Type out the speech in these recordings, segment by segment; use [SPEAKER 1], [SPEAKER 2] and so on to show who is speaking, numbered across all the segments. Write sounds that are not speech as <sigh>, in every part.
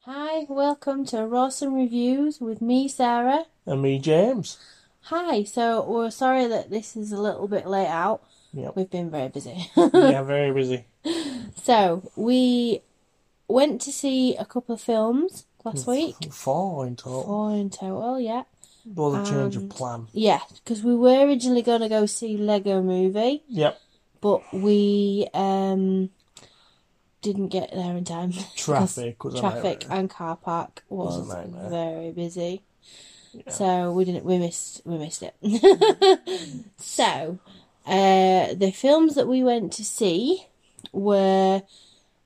[SPEAKER 1] Hi, welcome to Rawsome Reviews with me, Sarah.
[SPEAKER 2] And me,
[SPEAKER 1] <laughs>
[SPEAKER 2] James.
[SPEAKER 1] Hi, so we're sorry that this is a little bit late out.
[SPEAKER 2] Yep. Mm-hmm.
[SPEAKER 1] We've been very busy. <laughs>
[SPEAKER 2] yeah, very busy.
[SPEAKER 1] So, we went to see a couple of films last
[SPEAKER 2] <laughs>
[SPEAKER 1] week.
[SPEAKER 2] Four in total.
[SPEAKER 1] Four in total, yeah.
[SPEAKER 2] Well, the change of
[SPEAKER 1] And-
[SPEAKER 2] plan.
[SPEAKER 1] Yeah, because we were originally going to go see Lego Movie,
[SPEAKER 2] Yep.
[SPEAKER 1] but we um didn't get there in time. <laughs>
[SPEAKER 2] Traffic was a
[SPEAKER 1] Traffic
[SPEAKER 2] nightmare.
[SPEAKER 1] and car park
[SPEAKER 2] was a
[SPEAKER 1] was
[SPEAKER 2] nightmare.
[SPEAKER 1] very busy.
[SPEAKER 2] Yeah.
[SPEAKER 1] So we didn't we missed we missed it. <laughs> so uh the films that we went to see were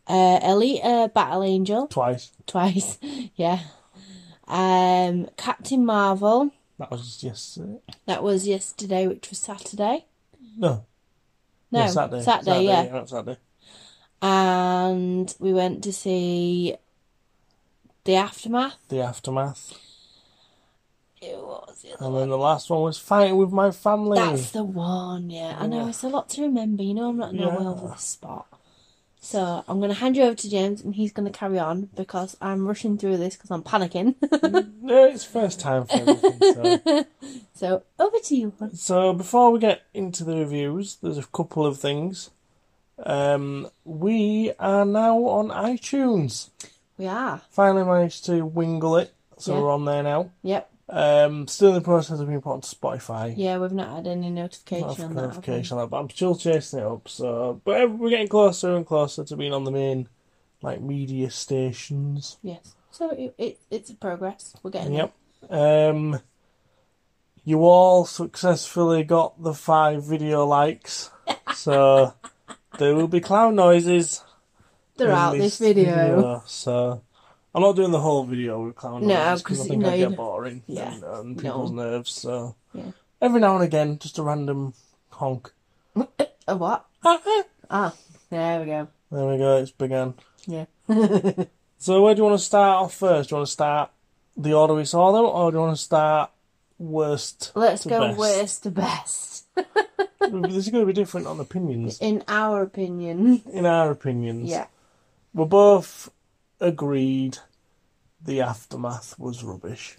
[SPEAKER 1] uh Elite uh, Battle Angel <laughs>
[SPEAKER 2] Twice.
[SPEAKER 1] twice. Yeah. Um Captain Marvel.
[SPEAKER 2] That was uh, yesterday.
[SPEAKER 1] That was yesterday, which was Saturday.
[SPEAKER 2] No.
[SPEAKER 1] No,
[SPEAKER 2] yeah, Saturday.
[SPEAKER 1] Saturday, yeah.
[SPEAKER 2] yeah, Saturday.
[SPEAKER 1] and we went to see the aftermath.
[SPEAKER 2] The aftermath.
[SPEAKER 1] It was the other
[SPEAKER 2] And then the last one was fighting with my family.
[SPEAKER 1] That's the one, yeah. I know
[SPEAKER 2] Yeah.
[SPEAKER 1] it's a lot to remember. You know, I'm not yeah. well for
[SPEAKER 2] Yeah.
[SPEAKER 1] the spot. So I'm going to hand you over to James, and he's going to carry on because I'm rushing through this because I'm panicking. <laughs>
[SPEAKER 2] No, it's first time for everything, so.
[SPEAKER 1] so over to you.
[SPEAKER 2] So before we get into the reviews, there's a couple of things. Um, we are now on iTunes.
[SPEAKER 1] We are.
[SPEAKER 2] Finally managed to wingle it, so
[SPEAKER 1] Yeah.
[SPEAKER 2] we're on there now.
[SPEAKER 1] Yep.
[SPEAKER 2] Um, still in the process of being put onto Spotify.
[SPEAKER 1] Yeah, we've not had any notification
[SPEAKER 2] Not
[SPEAKER 1] on that.
[SPEAKER 2] a
[SPEAKER 1] have we?
[SPEAKER 2] notification on that, but I'm still chasing it up. So, but ev- we're getting closer and closer to being on the main, like media stations.
[SPEAKER 1] Yes. So it, it it's a progress. We're getting
[SPEAKER 2] Yep. Um, you all successfully got the five video
[SPEAKER 1] <laughs>
[SPEAKER 2] likes, so there will be clown noises.
[SPEAKER 1] there. They're
[SPEAKER 2] in
[SPEAKER 1] out this video.
[SPEAKER 2] So I'm not doing the whole video with clown
[SPEAKER 1] No,
[SPEAKER 2] noises because I
[SPEAKER 1] 'cause,
[SPEAKER 2] think
[SPEAKER 1] no,
[SPEAKER 2] I
[SPEAKER 1] you
[SPEAKER 2] get
[SPEAKER 1] don't-
[SPEAKER 2] boring
[SPEAKER 1] Yeah.
[SPEAKER 2] and, uh, and people's nerves. So
[SPEAKER 1] Yeah.
[SPEAKER 2] every now and again, just a random honk. <laughs>
[SPEAKER 1] <laughs> A what?
[SPEAKER 2] there
[SPEAKER 1] Ah, there we go.
[SPEAKER 2] we go. It's begun.
[SPEAKER 1] Yeah.
[SPEAKER 2] So where do you want to start off first? Do you want to start the order we saw them, or do you want to start worst? <laughs>
[SPEAKER 1] Let's
[SPEAKER 2] to
[SPEAKER 1] go
[SPEAKER 2] best?
[SPEAKER 1] worst to best.
[SPEAKER 2] This is going to be different on opinions.
[SPEAKER 1] In our opinion. <laughs>
[SPEAKER 2] In our opinions,
[SPEAKER 1] Yeah.
[SPEAKER 2] we're both agreed the aftermath was rubbish.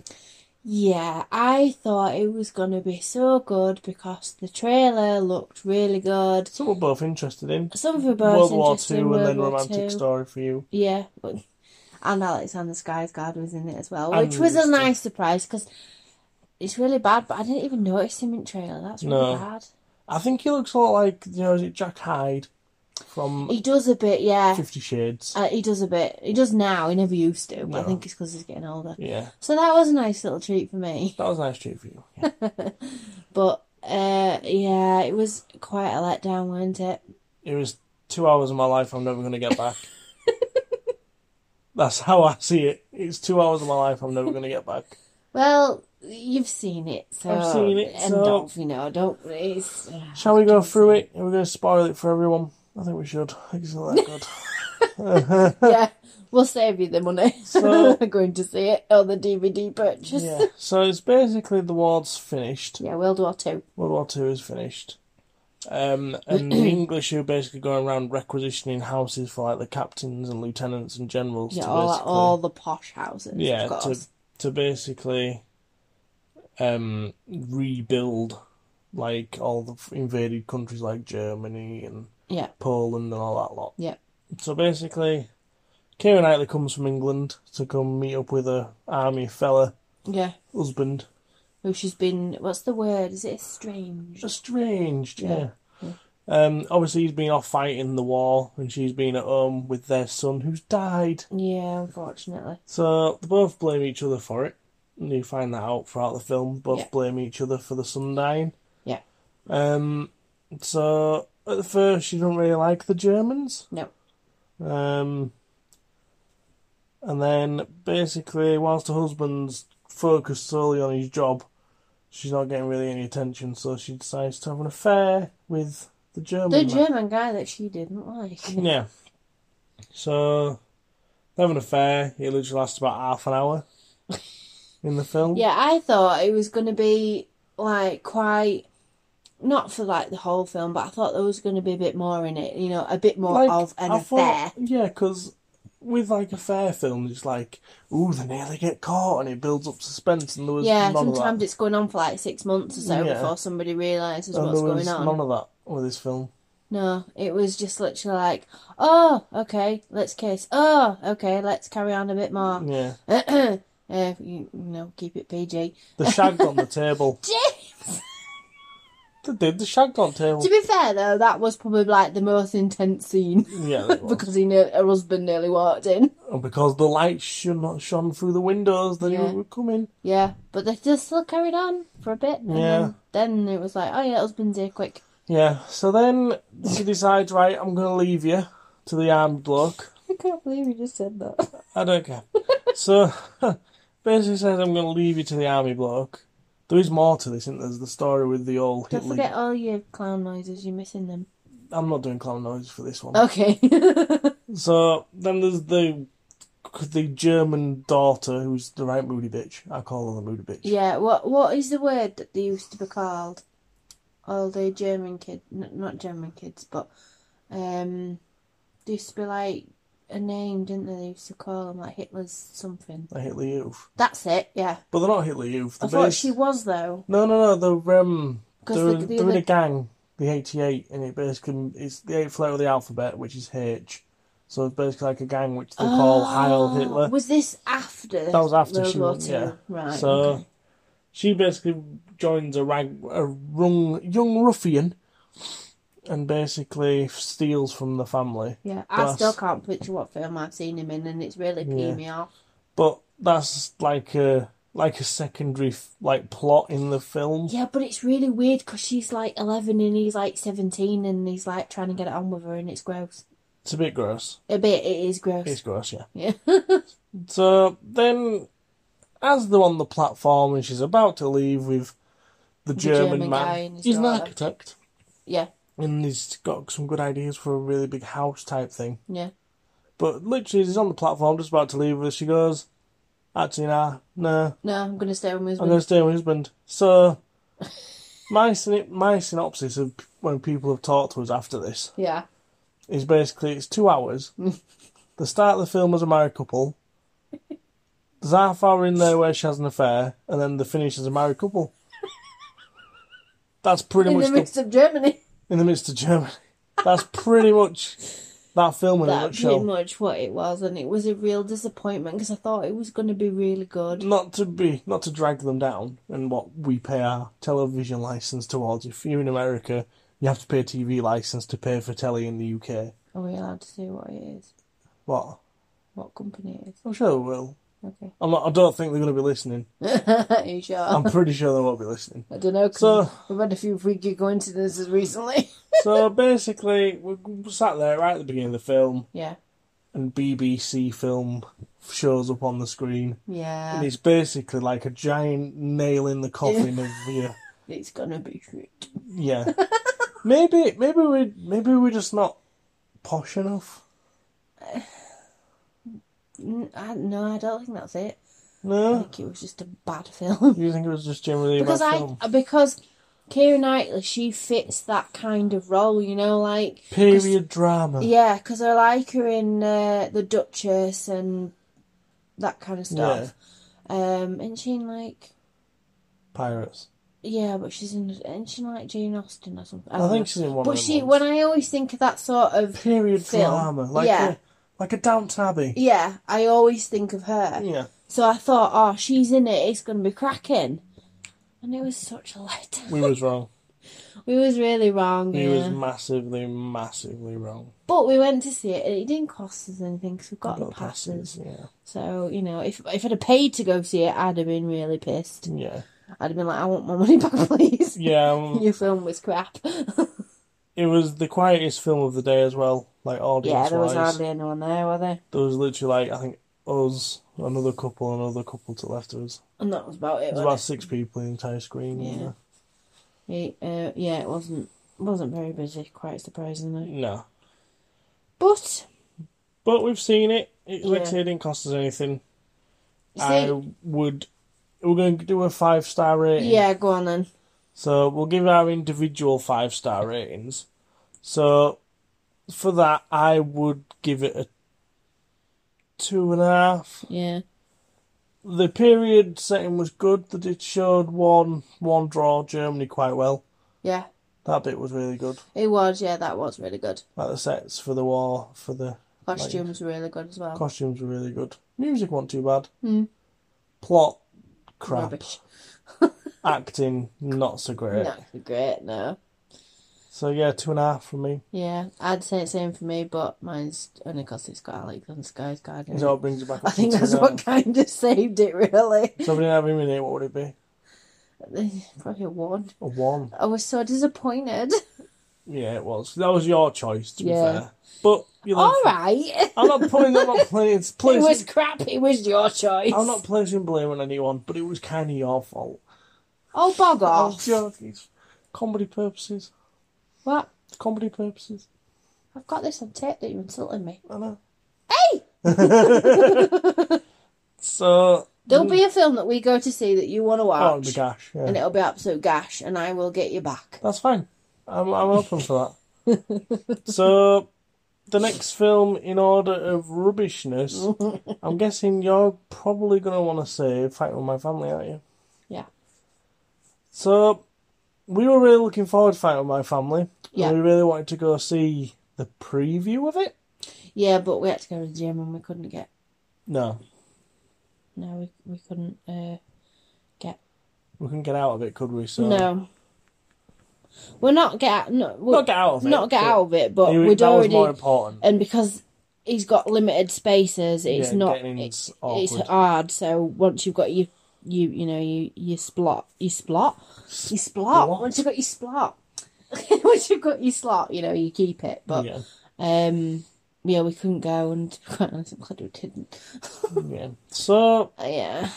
[SPEAKER 1] Yeah, I thought it was going to be so good because the trailer looked really good.
[SPEAKER 2] So we're both interested in
[SPEAKER 1] Some of
[SPEAKER 2] World
[SPEAKER 1] both
[SPEAKER 2] War
[SPEAKER 1] interested
[SPEAKER 2] Two
[SPEAKER 1] in
[SPEAKER 2] and
[SPEAKER 1] World
[SPEAKER 2] then
[SPEAKER 1] War
[SPEAKER 2] Romantic
[SPEAKER 1] Two.
[SPEAKER 2] Story for you.
[SPEAKER 1] Yeah, but, and Alexander Skarsgård was in it as well,
[SPEAKER 2] And
[SPEAKER 1] which was a
[SPEAKER 2] Rooster.
[SPEAKER 1] nice surprise because it's really bad. But I didn't even notice him in trailer. That's really
[SPEAKER 2] No.
[SPEAKER 1] bad.
[SPEAKER 2] I think he looks a lot like you know, is it Jack Hyde from
[SPEAKER 1] He does a bit, yeah.
[SPEAKER 2] Fifty Shades?
[SPEAKER 1] Uh, he does a bit. He does now. He never used to. But I
[SPEAKER 2] No.
[SPEAKER 1] think it's because he's getting older.
[SPEAKER 2] Yeah,
[SPEAKER 1] So that was a nice little treat for me.
[SPEAKER 2] that was a nice treat for you. Yeah.
[SPEAKER 1] But uh, yeah, it was quite a letdown, wasn't it?
[SPEAKER 2] it was two hours of my life I'm never going to
[SPEAKER 1] <laughs>
[SPEAKER 2] get back. That's how I see it. It's two hours of my life I'm never going to get back.
[SPEAKER 1] Well, you've seen it, so
[SPEAKER 2] I've seen it,
[SPEAKER 1] and
[SPEAKER 2] so-
[SPEAKER 1] don't you know? Don't
[SPEAKER 2] <laughs>
[SPEAKER 1] it's
[SPEAKER 2] Shall we go through it? Are we going to spoil it for everyone? I think we should. I think it's not
[SPEAKER 1] <laughs>
[SPEAKER 2] that good.
[SPEAKER 1] yeah. We'll save you the money.
[SPEAKER 2] So-
[SPEAKER 1] <laughs> going to see it or the DVD purchase.
[SPEAKER 2] yeah. So it's basically the war's
[SPEAKER 1] <laughs>
[SPEAKER 2] finished.
[SPEAKER 1] Yeah, World War Two.
[SPEAKER 2] World War Two is finished.
[SPEAKER 1] <clears throat>
[SPEAKER 2] Um, and the English are basically going around requisitioning houses for like the captains and lieutenants and generals
[SPEAKER 1] Yeah,
[SPEAKER 2] to
[SPEAKER 1] all,
[SPEAKER 2] basically
[SPEAKER 1] all the posh houses.
[SPEAKER 2] yeah
[SPEAKER 1] of
[SPEAKER 2] to
[SPEAKER 1] course.
[SPEAKER 2] to basically um rebuild like all the f- invaded countries like Germany and
[SPEAKER 1] Yeah,
[SPEAKER 2] Poland and all that lot.
[SPEAKER 1] yeah,
[SPEAKER 2] So basically, Keira Knightley comes from England to come meet up with her army fella
[SPEAKER 1] yeah.
[SPEAKER 2] husband.
[SPEAKER 1] Who she's been? What's the word? Is it estranged?
[SPEAKER 2] Estranged, yeah.
[SPEAKER 1] Yeah, yeah.
[SPEAKER 2] Um, obviously he's been off fighting the war, and she's been at home with their son who's died.
[SPEAKER 1] Yeah, unfortunately.
[SPEAKER 2] So they both blame each other for it. And you find that out throughout the film. Both
[SPEAKER 1] Yeah.
[SPEAKER 2] blame each other for the sun dying.
[SPEAKER 1] Yeah.
[SPEAKER 2] Um. So at the first, she doesn't really like the Germans.
[SPEAKER 1] No.
[SPEAKER 2] Um. And then basically, whilst her husband's focused solely on his job, she's not getting really any attention. So she decides to have an affair with the German.
[SPEAKER 1] The
[SPEAKER 2] man.
[SPEAKER 1] German guy that she didn't like.
[SPEAKER 2] Yeah. So they have an affair. It literally lasts about half an hour <laughs> in the film.
[SPEAKER 1] Yeah, I thought it was going to be like quite not for like the whole film, but I thought there was going to be a bit more in it. You know, a bit more of an
[SPEAKER 2] I
[SPEAKER 1] affair.
[SPEAKER 2] thought- yeah, because with like affair films, it's like, ooh, they nearly get caught, and it builds up suspense, and there was
[SPEAKER 1] yeah,
[SPEAKER 2] none
[SPEAKER 1] sometimes
[SPEAKER 2] of
[SPEAKER 1] it's going on for like six months or so
[SPEAKER 2] Yeah.
[SPEAKER 1] before somebody realizes
[SPEAKER 2] that. And
[SPEAKER 1] what's
[SPEAKER 2] there was
[SPEAKER 1] going on.
[SPEAKER 2] none of that with this film.
[SPEAKER 1] No, it was just literally like, oh, okay, let's kiss. Oh, okay, let's carry on a bit more.
[SPEAKER 2] Yeah,
[SPEAKER 1] uh, <clears throat> you, you know, keep it PG.
[SPEAKER 2] they shagged on the table.
[SPEAKER 1] James!
[SPEAKER 2] They did. They shagged on the
[SPEAKER 1] <laughs>
[SPEAKER 2] table.
[SPEAKER 1] to be fair though, that was probably like the most intense scene <laughs>
[SPEAKER 2] Yeah, they were.
[SPEAKER 1] because he ne- her husband nearly walked in.
[SPEAKER 2] And because the lights should not shone through the windows that
[SPEAKER 1] Yeah.
[SPEAKER 2] you were coming.
[SPEAKER 1] Yeah, but they just still carried on for a bit. And
[SPEAKER 2] Yeah.
[SPEAKER 1] Then, then it was like, oh yeah, husband's here, quick.
[SPEAKER 2] Yeah. So then she decides, right, I'm going to leave you to the armed bloke.
[SPEAKER 1] I can't believe you just said that.
[SPEAKER 2] I don't
[SPEAKER 1] <laughs>
[SPEAKER 2] care. so <laughs> basically says, I'm going to leave you to the army bloke. There is more to this, isn't there? There's the story with the old
[SPEAKER 1] Don't
[SPEAKER 2] Hitler.
[SPEAKER 1] forget all your clown noises. You're missing them.
[SPEAKER 2] I'm not doing clown noise for this one.
[SPEAKER 1] Okay. <laughs>
[SPEAKER 2] So then there's the the German daughter who's the right moody bitch. I call her the moody bitch.
[SPEAKER 1] yeah. What What is the word that they used to be called? All the German kids, n- not German kids, but um, they used to be like a name, didn't they? They used to call them like Hitler's something.
[SPEAKER 2] The Hitler Youth.
[SPEAKER 1] That's it. Yeah.
[SPEAKER 2] But they're not Hitler Youth.
[SPEAKER 1] I
[SPEAKER 2] They're
[SPEAKER 1] thought
[SPEAKER 2] bas-
[SPEAKER 1] she was though.
[SPEAKER 2] No, no, no. They're um,
[SPEAKER 1] 'Cause
[SPEAKER 2] they're,
[SPEAKER 1] the- the
[SPEAKER 2] they're in
[SPEAKER 1] other-
[SPEAKER 2] a gang, the eighty-eight, and it basically it's the eighth letter of the alphabet, which is H. So it's basically like a gang which they call
[SPEAKER 1] Ah,
[SPEAKER 2] Heil Hitler.
[SPEAKER 1] Oh, Was this after?
[SPEAKER 2] That was after
[SPEAKER 1] World
[SPEAKER 2] she
[SPEAKER 1] War
[SPEAKER 2] went,
[SPEAKER 1] Two?
[SPEAKER 2] yeah.
[SPEAKER 1] Right.
[SPEAKER 2] So
[SPEAKER 1] okay.
[SPEAKER 2] she basically joins a rag, a rung, young ruffian, and basically steals from the family.
[SPEAKER 1] Yeah, I
[SPEAKER 2] that's-
[SPEAKER 1] still can't picture what film I've seen him in, and it's really peeing
[SPEAKER 2] Yeah.
[SPEAKER 1] me off.
[SPEAKER 2] But that's like a like a secondary f- like plot in the film.
[SPEAKER 1] Yeah, but it's really weird because she's like 11 and he's like 17 and he's like trying to get it on with her and it's gross.
[SPEAKER 2] It's a bit gross.
[SPEAKER 1] A bit, it is gross.
[SPEAKER 2] It's gross, yeah.
[SPEAKER 1] Yeah. <laughs>
[SPEAKER 2] So then, as they're on the platform and she's about to leave with the, German,
[SPEAKER 1] German
[SPEAKER 2] man,
[SPEAKER 1] guy and his
[SPEAKER 2] he's an
[SPEAKER 1] daughter.
[SPEAKER 2] architect
[SPEAKER 1] yeah,
[SPEAKER 2] and he's got some good ideas for a really big house type thing.
[SPEAKER 1] yeah.
[SPEAKER 2] But literally, he's on the platform just about to leave her. She goes, Actually, nah, nah,
[SPEAKER 1] No, I'm going to stay with my
[SPEAKER 2] I'm
[SPEAKER 1] husband.
[SPEAKER 2] going to stay with my husband. So, my, syn- my synopsis of when people have talked to us after this
[SPEAKER 1] Yeah,
[SPEAKER 2] is basically it's two
[SPEAKER 1] <laughs>
[SPEAKER 2] hours. the start of the film is a married couple. There's half hour in there where she has an affair, and then the finish is a married couple. That's pretty
[SPEAKER 1] in
[SPEAKER 2] much
[SPEAKER 1] the midst of
[SPEAKER 2] <laughs>
[SPEAKER 1] Germany.
[SPEAKER 2] the, in the midst of Germany. That's pretty much that film in a
[SPEAKER 1] That's pretty
[SPEAKER 2] nutshell.
[SPEAKER 1] much what it was, and it was a real disappointment because I thought it was going to be really good.
[SPEAKER 2] Not to be, not to drag them down, and what we pay our television license towards. If you're in America, you have to pay a TV license to pay for telly in the UK.
[SPEAKER 1] Are we allowed to say what it is?
[SPEAKER 2] What?
[SPEAKER 1] What company it is? <laughs>
[SPEAKER 2] I'm sure they will.
[SPEAKER 1] Okay.
[SPEAKER 2] I'm not, I don't think they're going to be listening.
[SPEAKER 1] Are you sure?
[SPEAKER 2] I'm pretty sure they won't be listening.
[SPEAKER 1] I don't know. 'cause
[SPEAKER 2] So-
[SPEAKER 1] we've had a few freaky coincidences recently. <laughs>
[SPEAKER 2] so basically, we we sat there right at the beginning of the film,
[SPEAKER 1] yeah,
[SPEAKER 2] and BBC film shows up on the screen,
[SPEAKER 1] yeah.
[SPEAKER 2] and it's basically like a giant nail in the coffin of yeah,
[SPEAKER 1] It's gonna be shit.
[SPEAKER 2] yeah. Maybe, maybe we, maybe we're just not posh enough.
[SPEAKER 1] N- I, no, I don't think that's it. I
[SPEAKER 2] No,
[SPEAKER 1] think it was just a bad
[SPEAKER 2] <laughs>
[SPEAKER 1] film.
[SPEAKER 2] you think it was just generally a bad
[SPEAKER 1] because I uh,
[SPEAKER 2] film?
[SPEAKER 1] because Keira Knightley she fits that kind of role, you know, like
[SPEAKER 2] Period drama.
[SPEAKER 1] yeah, because I like her in uh, the Duchess and that kind of stuff. Um, and she in like
[SPEAKER 2] Pirates.
[SPEAKER 1] yeah, but she's in and she in, like Jane Austen or something. I,
[SPEAKER 2] I,
[SPEAKER 1] don't
[SPEAKER 2] think
[SPEAKER 1] know.
[SPEAKER 2] she's in one.
[SPEAKER 1] Uh-huh. But
[SPEAKER 2] of them
[SPEAKER 1] she,
[SPEAKER 2] ones.
[SPEAKER 1] when I always think of that sort of
[SPEAKER 2] period
[SPEAKER 1] film,
[SPEAKER 2] drama, like
[SPEAKER 1] yeah.
[SPEAKER 2] a, like a Downton Abbey.
[SPEAKER 1] Yeah, I always think of her.
[SPEAKER 2] Yeah.
[SPEAKER 1] So I thought, oh, she's in it. It's going to be cracking. And it was such a <laughs> letdown.
[SPEAKER 2] We was wrong.
[SPEAKER 1] We was really wrong.
[SPEAKER 2] We
[SPEAKER 1] yeah.
[SPEAKER 2] was massively, massively wrong.
[SPEAKER 1] But we went to see it, and it didn't cost us anything because we've got,
[SPEAKER 2] Got
[SPEAKER 1] the passes.
[SPEAKER 2] Yeah.
[SPEAKER 1] So you know, if if I'd have paid to go see it, I'd have been really pissed.
[SPEAKER 2] Yeah.
[SPEAKER 1] I'd have been like, I want my money <laughs> back, please.
[SPEAKER 2] Yeah. um,
[SPEAKER 1] <laughs> Your film was crap.
[SPEAKER 2] it was the quietest film of the day as well, like audience
[SPEAKER 1] yeah, there was
[SPEAKER 2] wise.
[SPEAKER 1] hardly anyone there, were there?
[SPEAKER 2] there was literally like I think us, another couple, another couple to the left of us.
[SPEAKER 1] And that was about it.
[SPEAKER 2] There's
[SPEAKER 1] wasn't
[SPEAKER 2] about six people in the entire screen. wasn't
[SPEAKER 1] Yeah.
[SPEAKER 2] there?
[SPEAKER 1] it? Uh, yeah, it wasn't wasn't very busy. Quite surprisingly,
[SPEAKER 2] No.
[SPEAKER 1] but
[SPEAKER 2] But we've seen it. It, like I
[SPEAKER 1] Yeah.
[SPEAKER 2] say, it didn't cost us anything.
[SPEAKER 1] You
[SPEAKER 2] I
[SPEAKER 1] see?
[SPEAKER 2] would. We're going to do a five star rating.
[SPEAKER 1] Yeah, go on then.
[SPEAKER 2] So we'll give our individual five star ratings. So for that, I would give it a two and a half.
[SPEAKER 1] Yeah.
[SPEAKER 2] The period setting was good. That it showed one one draw Germany quite well.
[SPEAKER 1] Yeah.
[SPEAKER 2] That bit was really good.
[SPEAKER 1] It was, yeah, that was really good.
[SPEAKER 2] Like the sets for the war for the
[SPEAKER 1] Costumes were really good as well.
[SPEAKER 2] costumes were really good. Music wasn't too bad.
[SPEAKER 1] Hmm.
[SPEAKER 2] Plot crap.
[SPEAKER 1] Rubbish.
[SPEAKER 2] Acting not so great.
[SPEAKER 1] Not great, no.
[SPEAKER 2] So yeah, two and a half from me.
[SPEAKER 1] Yeah, I'd say it's same for me, but mine's only because it's got Alex and Sky's Guardian.
[SPEAKER 2] Is that what brings it back?
[SPEAKER 1] I
[SPEAKER 2] up to
[SPEAKER 1] think
[SPEAKER 2] two and
[SPEAKER 1] that's
[SPEAKER 2] a
[SPEAKER 1] what
[SPEAKER 2] half?
[SPEAKER 1] kind of saved it, really. <laughs>
[SPEAKER 2] So if we didn't have him in it, what would it be?
[SPEAKER 1] Probably a one.
[SPEAKER 2] A one.
[SPEAKER 1] I was so
[SPEAKER 2] <laughs>
[SPEAKER 1] disappointed.
[SPEAKER 2] Yeah, it was. That was your choice, to
[SPEAKER 1] Yeah.
[SPEAKER 2] be fair. But you know,
[SPEAKER 1] All right.
[SPEAKER 2] I'm not putting. I'm not playing.
[SPEAKER 1] <laughs>
[SPEAKER 2] It's
[SPEAKER 1] It
[SPEAKER 2] placing,
[SPEAKER 1] was crap. It was your choice.
[SPEAKER 2] I'm not placing blame on anyone, but it was kind of your fault.
[SPEAKER 1] Oh, bog
[SPEAKER 2] I'm
[SPEAKER 1] off.
[SPEAKER 2] joking. It's comedy purposes.
[SPEAKER 1] What?
[SPEAKER 2] It's comedy purposes.
[SPEAKER 1] I've got this on tape that you're insulting me.
[SPEAKER 2] I know.
[SPEAKER 1] Hey!
[SPEAKER 2] So
[SPEAKER 1] There'll be a film that we go to see that you want to
[SPEAKER 2] Mm. oh,
[SPEAKER 1] watch,
[SPEAKER 2] it'd be gash. Yeah.
[SPEAKER 1] and it'll be absolute gash, and I will get you back.
[SPEAKER 2] That's fine. I'm I'm open for
[SPEAKER 1] <laughs>
[SPEAKER 2] that. so the next film in order of rubbishness,
[SPEAKER 1] <laughs>
[SPEAKER 2] I'm guessing you're probably gonna wanna say Fight with My Family, aren't you?
[SPEAKER 1] Yeah.
[SPEAKER 2] So we were really looking forward to Fight with My Family.
[SPEAKER 1] Yeah.
[SPEAKER 2] And we really wanted to go see the preview of it.
[SPEAKER 1] Yeah, but we had to go to the gym and we couldn't get.
[SPEAKER 2] No.
[SPEAKER 1] No, we, we couldn't. Uh,
[SPEAKER 2] We couldn't get out of it, could we? So
[SPEAKER 1] No. We're not get no we
[SPEAKER 2] not get out of it.
[SPEAKER 1] not get
[SPEAKER 2] but
[SPEAKER 1] out of it, but
[SPEAKER 2] it-
[SPEAKER 1] we'd
[SPEAKER 2] that was
[SPEAKER 1] already <laughs>
[SPEAKER 2] more important.
[SPEAKER 1] and because he's got limited spaces, it's
[SPEAKER 2] Yeah,
[SPEAKER 1] not
[SPEAKER 2] getting in's
[SPEAKER 1] it- it's
[SPEAKER 2] awkward.
[SPEAKER 1] hard. So once you've got your you you know you you splot you splot you splot
[SPEAKER 2] Splot.
[SPEAKER 1] once you've got your splot <laughs> once you've got your slot you know you keep it but
[SPEAKER 2] yeah.
[SPEAKER 1] um yeah we couldn't go and <laughs> to be quite honest I'm glad we didn't
[SPEAKER 2] yeah. So
[SPEAKER 1] Uh, yeah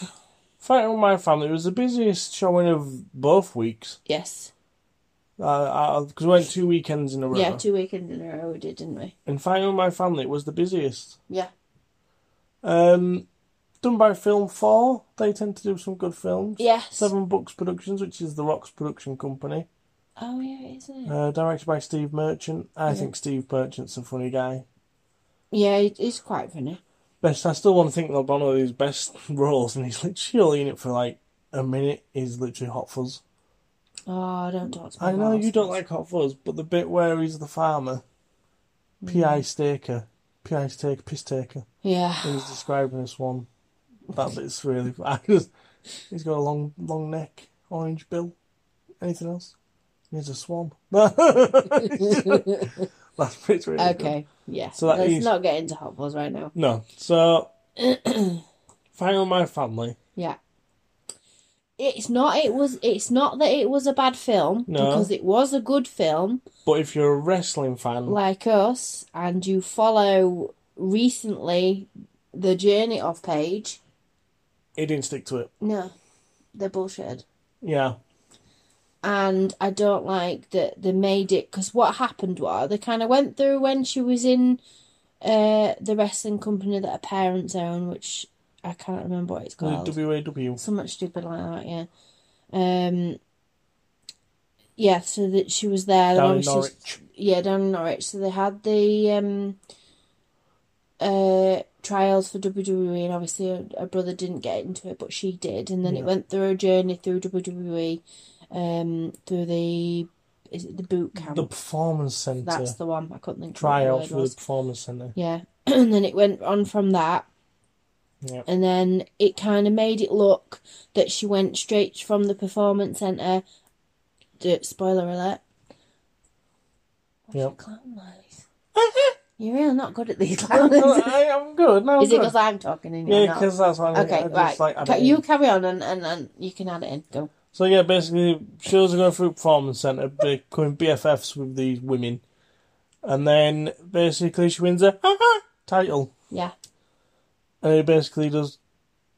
[SPEAKER 2] Fighting with My Family was the busiest showing of both weeks.
[SPEAKER 1] yes
[SPEAKER 2] Because we went two weekends in a row.
[SPEAKER 1] yeah two weekends in a row we did didn't we
[SPEAKER 2] And Fighting with My Family was the busiest.
[SPEAKER 1] yeah
[SPEAKER 2] Um, done by Film 4. They tend to do some good films.
[SPEAKER 1] yes
[SPEAKER 2] Seven Books Productions, which is The Rock's production company.
[SPEAKER 1] oh yeah it is, isn't it
[SPEAKER 2] Uh, directed by Steve Merchant. I
[SPEAKER 1] Yeah.
[SPEAKER 2] think Steve Merchant's a funny guy.
[SPEAKER 1] Yeah, it is quite funny.
[SPEAKER 2] Best, I still want to think of one of his best <laughs> roles, and he's literally in it for like a minute. Is literally Hot Fuzz.
[SPEAKER 1] Oh, don't talk to me.
[SPEAKER 2] I know
[SPEAKER 1] about
[SPEAKER 2] you don't
[SPEAKER 1] it.
[SPEAKER 2] like Hot Fuzz, but the bit where he's the farmer,
[SPEAKER 1] Hmm.
[SPEAKER 2] PI staker, PI staker, piss taker,
[SPEAKER 1] Yeah.
[SPEAKER 2] he's describing this one. That bit's really. <laughs> I just, he's got a long, long neck, orange bill. Anything else? He's a swan. <laughs> that bit's <laughs> really good.
[SPEAKER 1] Okay. Yeah.
[SPEAKER 2] So that
[SPEAKER 1] Let's
[SPEAKER 2] is-
[SPEAKER 1] not get into hot balls right now.
[SPEAKER 2] No, so <clears throat> Final My Family.
[SPEAKER 1] Yeah. It's not. It was. It's not that it was a bad film
[SPEAKER 2] No.
[SPEAKER 1] because it was a good film,
[SPEAKER 2] But if you're a wrestling fan,
[SPEAKER 1] like us, and you follow recently the journey of Paige.
[SPEAKER 2] he didn't stick to it.
[SPEAKER 1] No, they're bullshitted.
[SPEAKER 2] Yeah,
[SPEAKER 1] and I don't like that they made it because what happened was they kind of went through when she was in uh, the wrestling company that her parents own, which I can't remember what it's
[SPEAKER 2] the
[SPEAKER 1] called.
[SPEAKER 2] WAW.
[SPEAKER 1] So much stupid like that, yeah. Um, yeah, so that she was there. then
[SPEAKER 2] Down in
[SPEAKER 1] obviously-
[SPEAKER 2] Norwich.
[SPEAKER 1] yeah, down in Norwich. So they had the um, uh, trials for WWE, and obviously her, her brother didn't get into it, but she did. And then
[SPEAKER 2] Yeah.
[SPEAKER 1] it went through a journey through WWE, um, through the is it the boot camp?
[SPEAKER 2] The Performance Centre.
[SPEAKER 1] That's the one. I couldn't think. of what the
[SPEAKER 2] tryout
[SPEAKER 1] word
[SPEAKER 2] for the
[SPEAKER 1] was.
[SPEAKER 2] performance centre.
[SPEAKER 1] Yeah, <clears throat> and then it went on from that,
[SPEAKER 2] <laughs> Yep.
[SPEAKER 1] and then it kind of made it look that she went straight from the performance centre. d- Spoiler alert. Why's your
[SPEAKER 2] Yep.
[SPEAKER 1] clown noise? You're really not good at these
[SPEAKER 2] <laughs>
[SPEAKER 1] clown noises.
[SPEAKER 2] I, am good. No, I'm
[SPEAKER 1] Is it
[SPEAKER 2] good.
[SPEAKER 1] because I'm talking and
[SPEAKER 2] yeah,
[SPEAKER 1] you're not?
[SPEAKER 2] because that's what I'm
[SPEAKER 1] Okay,
[SPEAKER 2] I
[SPEAKER 1] right.
[SPEAKER 2] just like. I
[SPEAKER 1] Ca-
[SPEAKER 2] don't-
[SPEAKER 1] you carry on and, and, and you can add it in. Go.
[SPEAKER 2] So yeah, basically, shows are going through performance centre, becoming BFFs with these women, and then basically she wins a title,
[SPEAKER 1] Yeah.
[SPEAKER 2] and it basically does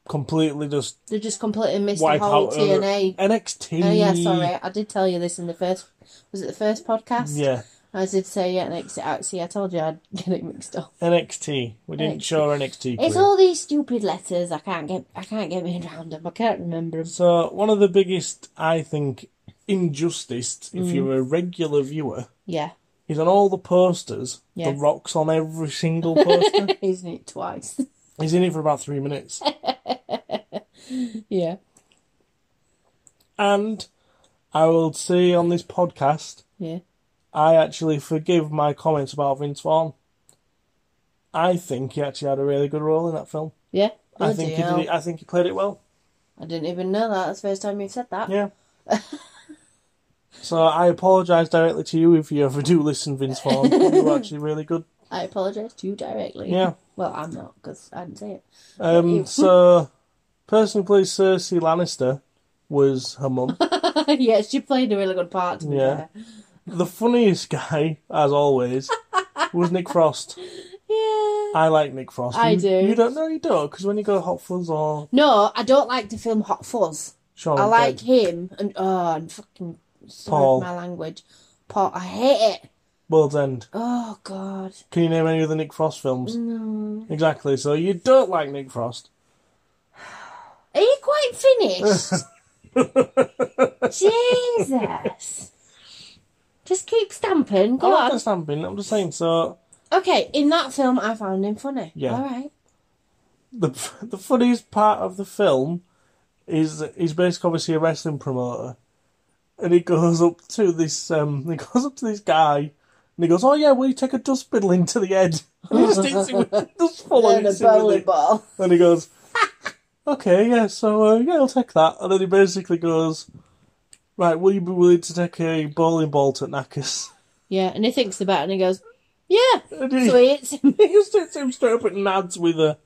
[SPEAKER 2] completely just
[SPEAKER 1] They just completely missed
[SPEAKER 2] wipe
[SPEAKER 1] the whole
[SPEAKER 2] out her-
[SPEAKER 1] TNA.
[SPEAKER 2] NXT.
[SPEAKER 1] Oh, yeah, sorry. I did tell you this in the first. Was it the first podcast?
[SPEAKER 2] Yeah,
[SPEAKER 1] I did say yeah, next actually I told you I'd <laughs> get it mixed up.
[SPEAKER 2] NXT. We didn't
[SPEAKER 1] NXT.
[SPEAKER 2] show NXT.
[SPEAKER 1] It's
[SPEAKER 2] clip.
[SPEAKER 1] all these stupid letters. I can't get I can't get me <laughs> around them. I can't remember them.
[SPEAKER 2] So one of the biggest, I think, injustice if
[SPEAKER 1] Mm.
[SPEAKER 2] you're a regular viewer
[SPEAKER 1] Yeah, <laughs>
[SPEAKER 2] is on all the posters.
[SPEAKER 1] Yeah.
[SPEAKER 2] The Rock's on every single poster.
[SPEAKER 1] <laughs> isn't it twice? <laughs>
[SPEAKER 2] He's in it for about three minutes,
[SPEAKER 1] yeah,
[SPEAKER 2] and I will say on this podcast,
[SPEAKER 1] yeah.
[SPEAKER 2] I actually forgive my comments about Vince Vaughn. I think he actually had a really good role in that film.
[SPEAKER 1] Yeah,
[SPEAKER 2] I think he did. It, I think he played it well.
[SPEAKER 1] I didn't even know that. That's the first time you've said that.
[SPEAKER 2] Yeah. so I apologise directly to you if you ever do listen, Vince Vaughn. you were actually really good.
[SPEAKER 1] I apologise to you directly.
[SPEAKER 2] Yeah.
[SPEAKER 1] <laughs> Well, I'm not because I didn't say it.
[SPEAKER 2] Um,
[SPEAKER 1] Ew.
[SPEAKER 2] so, person who plays Cersei Lannister was her mum.
[SPEAKER 1] <laughs> yeah, she played a really good part. To be
[SPEAKER 2] Yeah.
[SPEAKER 1] yeah.
[SPEAKER 2] the funniest guy, as always, was Nick Frost.
[SPEAKER 1] Yeah.
[SPEAKER 2] I like Nick Frost.
[SPEAKER 1] I
[SPEAKER 2] You-
[SPEAKER 1] do.
[SPEAKER 2] You don't know you don't because when you go to Hot Fuzz or
[SPEAKER 1] No, I don't like the film Hot Fuzz.
[SPEAKER 2] Sean,
[SPEAKER 1] I like
[SPEAKER 2] Dead,
[SPEAKER 1] him and oh, and fucking sorry
[SPEAKER 2] Paul.
[SPEAKER 1] for my language. Paul, I hate it.
[SPEAKER 2] World's End.
[SPEAKER 1] Oh God,
[SPEAKER 2] Can you name any of the Nick Frost
[SPEAKER 1] Mm.
[SPEAKER 2] films?
[SPEAKER 1] no.
[SPEAKER 2] Exactly. So you don't like Nick Frost. <laughs>
[SPEAKER 1] Are you quite finished? Jesus. Just keep stamping.
[SPEAKER 2] I'm
[SPEAKER 1] Go
[SPEAKER 2] not
[SPEAKER 1] on.
[SPEAKER 2] just stamping. I'm just saying. So
[SPEAKER 1] Okay, in that film, I found him funny.
[SPEAKER 2] Yeah.
[SPEAKER 1] All right.
[SPEAKER 2] the <laughs> the funniest part of the film is he's basically obviously a wrestling promoter, and he goes up to this um <laughs> he goes up to this guy, and he goes, "Oh yeah, will you take a dustbin into the head?" <laughs> And he just hits him with just full on
[SPEAKER 1] Then a
[SPEAKER 2] hits him with
[SPEAKER 1] bowling
[SPEAKER 2] it.
[SPEAKER 1] ball.
[SPEAKER 2] And he goes, "Okay, yeah, so uh, yeah, I'll take that." And then he basically goes, "Right, will you be willing to take a bowling ball to Knackers?"
[SPEAKER 1] Yeah, and he thinks about it and he goes, "Yeah."
[SPEAKER 2] <laughs> And he-
[SPEAKER 1] So he hits him.
[SPEAKER 2] He just hits him straight up at Nads with a,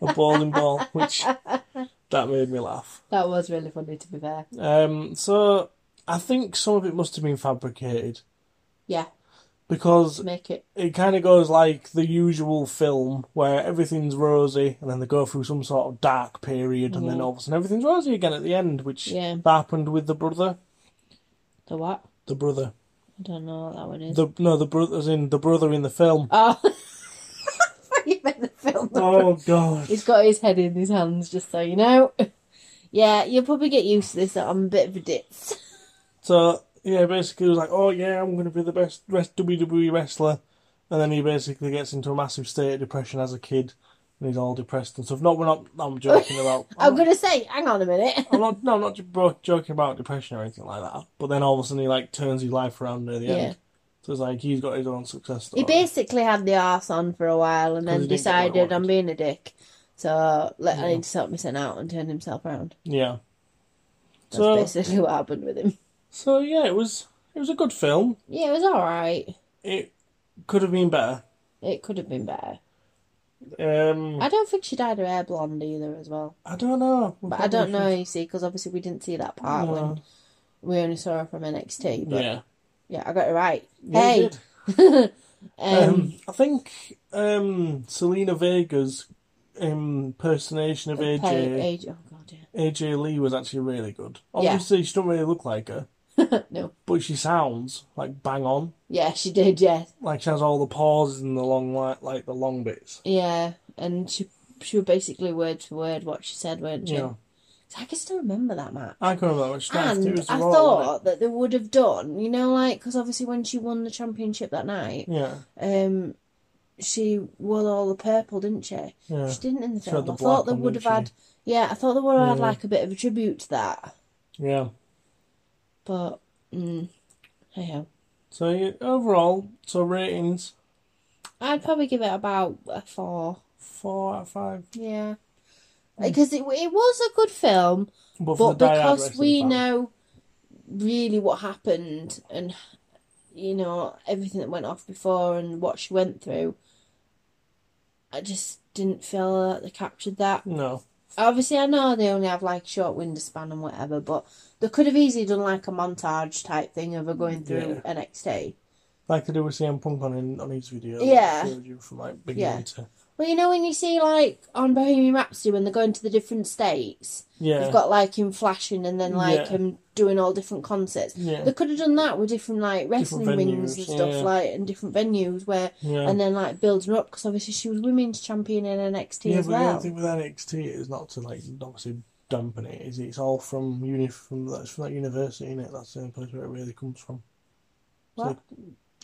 [SPEAKER 2] a bowling ball, which that made me laugh.
[SPEAKER 1] <laughs> That was really funny, to be fair.
[SPEAKER 2] Um, so I think some of it must have been fabricated
[SPEAKER 1] Yeah,
[SPEAKER 2] because
[SPEAKER 1] make it.
[SPEAKER 2] it kind of goes like the usual film where everything's rosy and then they go through some sort of dark period and then all of a sudden everything's rosy again at the end, which
[SPEAKER 1] Mm-hmm. Yeah.
[SPEAKER 2] happened with the brother.
[SPEAKER 1] The what?
[SPEAKER 2] The brother.
[SPEAKER 1] I don't know what that one is.
[SPEAKER 2] The no, the brother's in the brother in the film.
[SPEAKER 1] Oh. <laughs> you meant the film.
[SPEAKER 2] Oh god.
[SPEAKER 1] He's got his head in his hands, just so you know. <laughs> Yeah, you'll probably get used to this. that I'm a bit of a ditz.
[SPEAKER 2] So yeah, basically he was like, "Oh yeah, I'm going to be the best rest WWE wrestler," and then he basically gets into a massive state of depression as a kid, and he's all depressed and stuff. No, we're not. I'm joking
[SPEAKER 1] <laughs>
[SPEAKER 2] about.
[SPEAKER 1] I'm
[SPEAKER 2] not-
[SPEAKER 1] gonna say, hang on a minute.
[SPEAKER 2] I'm not. No, I'm not jo- bro- joking about depression or anything like that. But then all of a sudden he like turns his life around near the
[SPEAKER 1] Yeah.
[SPEAKER 2] end. So it's like he's got his own success story.
[SPEAKER 1] He basically had the arse on for a while and
[SPEAKER 2] 'Cause
[SPEAKER 1] then
[SPEAKER 2] he didn't get what he
[SPEAKER 1] decided I'm
[SPEAKER 2] wanted.
[SPEAKER 1] being a dick. So let, I
[SPEAKER 2] Yeah.
[SPEAKER 1] need to sort myself out and turn himself around.
[SPEAKER 2] Yeah.
[SPEAKER 1] That's
[SPEAKER 2] So
[SPEAKER 1] basically <laughs> what happened with him.
[SPEAKER 2] so yeah, it was it was a good film.
[SPEAKER 1] Yeah, it was alright.
[SPEAKER 2] It could have been better.
[SPEAKER 1] It could have been better.
[SPEAKER 2] Um,
[SPEAKER 1] I don't think she dyed her hair blonde either, as well.
[SPEAKER 2] I don't know. We
[SPEAKER 1] But I don't
[SPEAKER 2] probably
[SPEAKER 1] know,
[SPEAKER 2] should-
[SPEAKER 1] you see, because obviously we didn't see that part
[SPEAKER 2] No.
[SPEAKER 1] when we only saw her from NXT. But yeah,
[SPEAKER 2] Yeah.
[SPEAKER 1] I got it right.
[SPEAKER 2] Yeah, you
[SPEAKER 1] hey,
[SPEAKER 2] did.
[SPEAKER 1] <laughs> um,
[SPEAKER 2] <laughs> Um, I think um, Selena Vega's impersonation of
[SPEAKER 1] pay-
[SPEAKER 2] AJ
[SPEAKER 1] age- Oh god,
[SPEAKER 2] AJ Lee was actually really good.
[SPEAKER 1] Yeah.
[SPEAKER 2] Obviously, she don't really look like her,
[SPEAKER 1] yeah. <laughs> no,
[SPEAKER 2] but she sounds like bang on.
[SPEAKER 1] yeah, she did, yeah,
[SPEAKER 2] Like she has all the pauses and the long li- like the long bits.
[SPEAKER 1] yeah, and she she was basically word for word what she said, weren't she?
[SPEAKER 2] Yeah,
[SPEAKER 1] So I can still remember that match.
[SPEAKER 2] I can't remember what she danced. It
[SPEAKER 1] And
[SPEAKER 2] was the
[SPEAKER 1] I
[SPEAKER 2] Raw, wasn't
[SPEAKER 1] thought that they would have done, you know, like because obviously when she won the championship that night,
[SPEAKER 2] it? Yeah,
[SPEAKER 1] um, she wore all the purple, didn't she?
[SPEAKER 2] yeah.
[SPEAKER 1] She didn't in the
[SPEAKER 2] She
[SPEAKER 1] film.
[SPEAKER 2] had the
[SPEAKER 1] I thought
[SPEAKER 2] black
[SPEAKER 1] they
[SPEAKER 2] on,
[SPEAKER 1] would have
[SPEAKER 2] didn't
[SPEAKER 1] had, yeah, I thought they would have had
[SPEAKER 2] Yeah.
[SPEAKER 1] like a bit of a tribute to that,
[SPEAKER 2] Yeah.
[SPEAKER 1] but mm, hey ho.
[SPEAKER 2] So yeah, overall, so ratings
[SPEAKER 1] I'd probably give it about a four.
[SPEAKER 2] four out of five.
[SPEAKER 1] Yeah.
[SPEAKER 2] Mm.
[SPEAKER 1] Because it, it was a good film,
[SPEAKER 2] But, for
[SPEAKER 1] but
[SPEAKER 2] the diehard
[SPEAKER 1] because
[SPEAKER 2] wrestling
[SPEAKER 1] we
[SPEAKER 2] fan.
[SPEAKER 1] know really what happened and, you know, everything that went off before and what she went through, I just didn't feel that they captured that.
[SPEAKER 2] no,
[SPEAKER 1] Obviously, I know they only have like a short window span and whatever, but they could have easily done like a montage type thing of her going through
[SPEAKER 2] Yeah.
[SPEAKER 1] NXT.
[SPEAKER 2] Like they do with CM Punk on, in, on his video. that
[SPEAKER 1] Yeah.
[SPEAKER 2] showed you from like
[SPEAKER 1] Yeah.
[SPEAKER 2] beginning to.
[SPEAKER 1] Well, you know when you see like on Bohemian Rhapsody when they're going to the different states,
[SPEAKER 2] Yeah.
[SPEAKER 1] they've got like him flashing and then like
[SPEAKER 2] Yeah.
[SPEAKER 1] him doing all different concerts.
[SPEAKER 2] yeah.
[SPEAKER 1] They could have done that with different like wrestling
[SPEAKER 2] Different
[SPEAKER 1] rings and
[SPEAKER 2] venues,
[SPEAKER 1] stuff
[SPEAKER 2] yeah.
[SPEAKER 1] like and different venues where
[SPEAKER 2] yeah.
[SPEAKER 1] and then like builds her up because obviously she was women's champion in NXT
[SPEAKER 2] yeah,
[SPEAKER 1] as
[SPEAKER 2] but the
[SPEAKER 1] well.
[SPEAKER 2] only thing with NXT is not to like obviously dampen it. Is it's all from uni from that's from that university, is it? That's the only place where it really comes from.
[SPEAKER 1] What?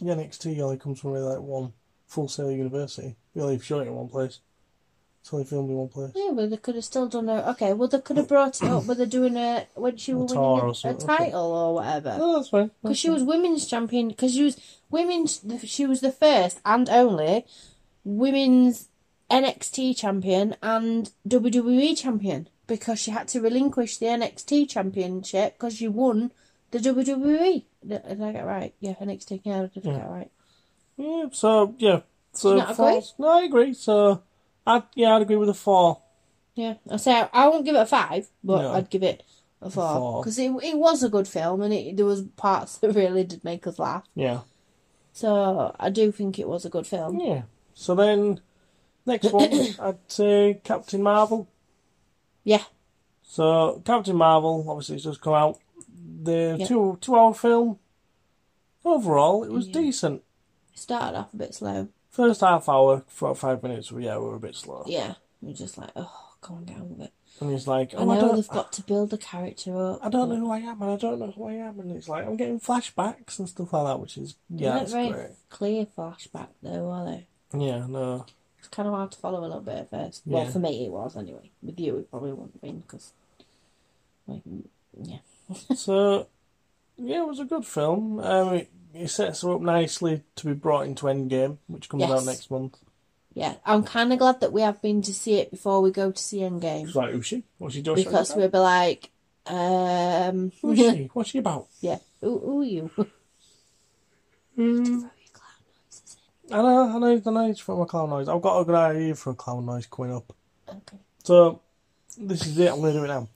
[SPEAKER 2] The NXT only comes from really like one full sail university. They only show it in one place. It's only filmed in one place.
[SPEAKER 1] Yeah, well, they could have still done a okay. Well, they could have brought it up, but they're doing a when she
[SPEAKER 2] A
[SPEAKER 1] was
[SPEAKER 2] tour or
[SPEAKER 1] winning a, a
[SPEAKER 2] something, okay.
[SPEAKER 1] title or whatever.
[SPEAKER 2] Oh, that's fine.
[SPEAKER 1] Because she was women's champion. Because she was women's. She was the first and only women's NXT champion and WWE champion. Because she had to relinquish the NXT championship because she won the WWE. Did did I get it right? Yeah, NXT. Yeah, I did get it
[SPEAKER 2] Yeah.
[SPEAKER 1] right.
[SPEAKER 2] Yeah, so yeah, so
[SPEAKER 1] not agree?
[SPEAKER 2] fours. No, I agree. So, I yeah, I'd agree with a four.
[SPEAKER 1] Yeah, I say I, I won't give it a five, but
[SPEAKER 2] No.
[SPEAKER 1] I'd give it a four
[SPEAKER 2] four.
[SPEAKER 1] because it it was a good film and it there was parts <laughs> that really did make us laugh.
[SPEAKER 2] Yeah,
[SPEAKER 1] So I do think it was a good film.
[SPEAKER 2] yeah. So then,
[SPEAKER 1] <coughs>
[SPEAKER 2] next one, I'd say Captain Marvel.
[SPEAKER 1] Yeah,
[SPEAKER 2] So Captain Marvel, obviously, it's just come out. The
[SPEAKER 1] Yeah.
[SPEAKER 2] two two-hour film. Overall, it was
[SPEAKER 1] Yeah.
[SPEAKER 2] decent.
[SPEAKER 1] it started off a bit slow.
[SPEAKER 2] First half hour, for five minutes, yeah, we were a bit slow.
[SPEAKER 1] Yeah, we're just like, oh, come on, get on with it.
[SPEAKER 2] And it's like,
[SPEAKER 1] I
[SPEAKER 2] oh, I,
[SPEAKER 1] know
[SPEAKER 2] don't,
[SPEAKER 1] they've got to build the character up.
[SPEAKER 2] I don't
[SPEAKER 1] but
[SPEAKER 2] know who I am, and I don't know who I am, and it's like I'm getting flashbacks and stuff like that, which is
[SPEAKER 1] They're
[SPEAKER 2] yeah,
[SPEAKER 1] not
[SPEAKER 2] it's
[SPEAKER 1] very
[SPEAKER 2] great.
[SPEAKER 1] clear flashback though, are they?
[SPEAKER 2] Yeah, no,
[SPEAKER 1] It's kind of hard to follow a little bit at first. Well,
[SPEAKER 2] Yeah.
[SPEAKER 1] for me, it was anyway. With you, it probably wouldn't have been because, like, yeah,
[SPEAKER 2] <laughs> So, yeah, it was a good film. Um, it, it sets her up nicely to be brought into Endgame, which comes
[SPEAKER 1] Yes.
[SPEAKER 2] out next month.
[SPEAKER 1] yeah. I'm kind of glad that we have been to see it before we go to see Endgame.
[SPEAKER 2] It's like, who's she? What's she doing?
[SPEAKER 1] because we'll be like, um,
[SPEAKER 2] Who's she? What's she about?
[SPEAKER 1] <laughs> yeah, who, who are you?
[SPEAKER 2] Mm. I know, I know the noise from a clown noise. I've got a good idea for a clown noise coming up.
[SPEAKER 1] okay.
[SPEAKER 2] So, this is it. I'm going to do it now.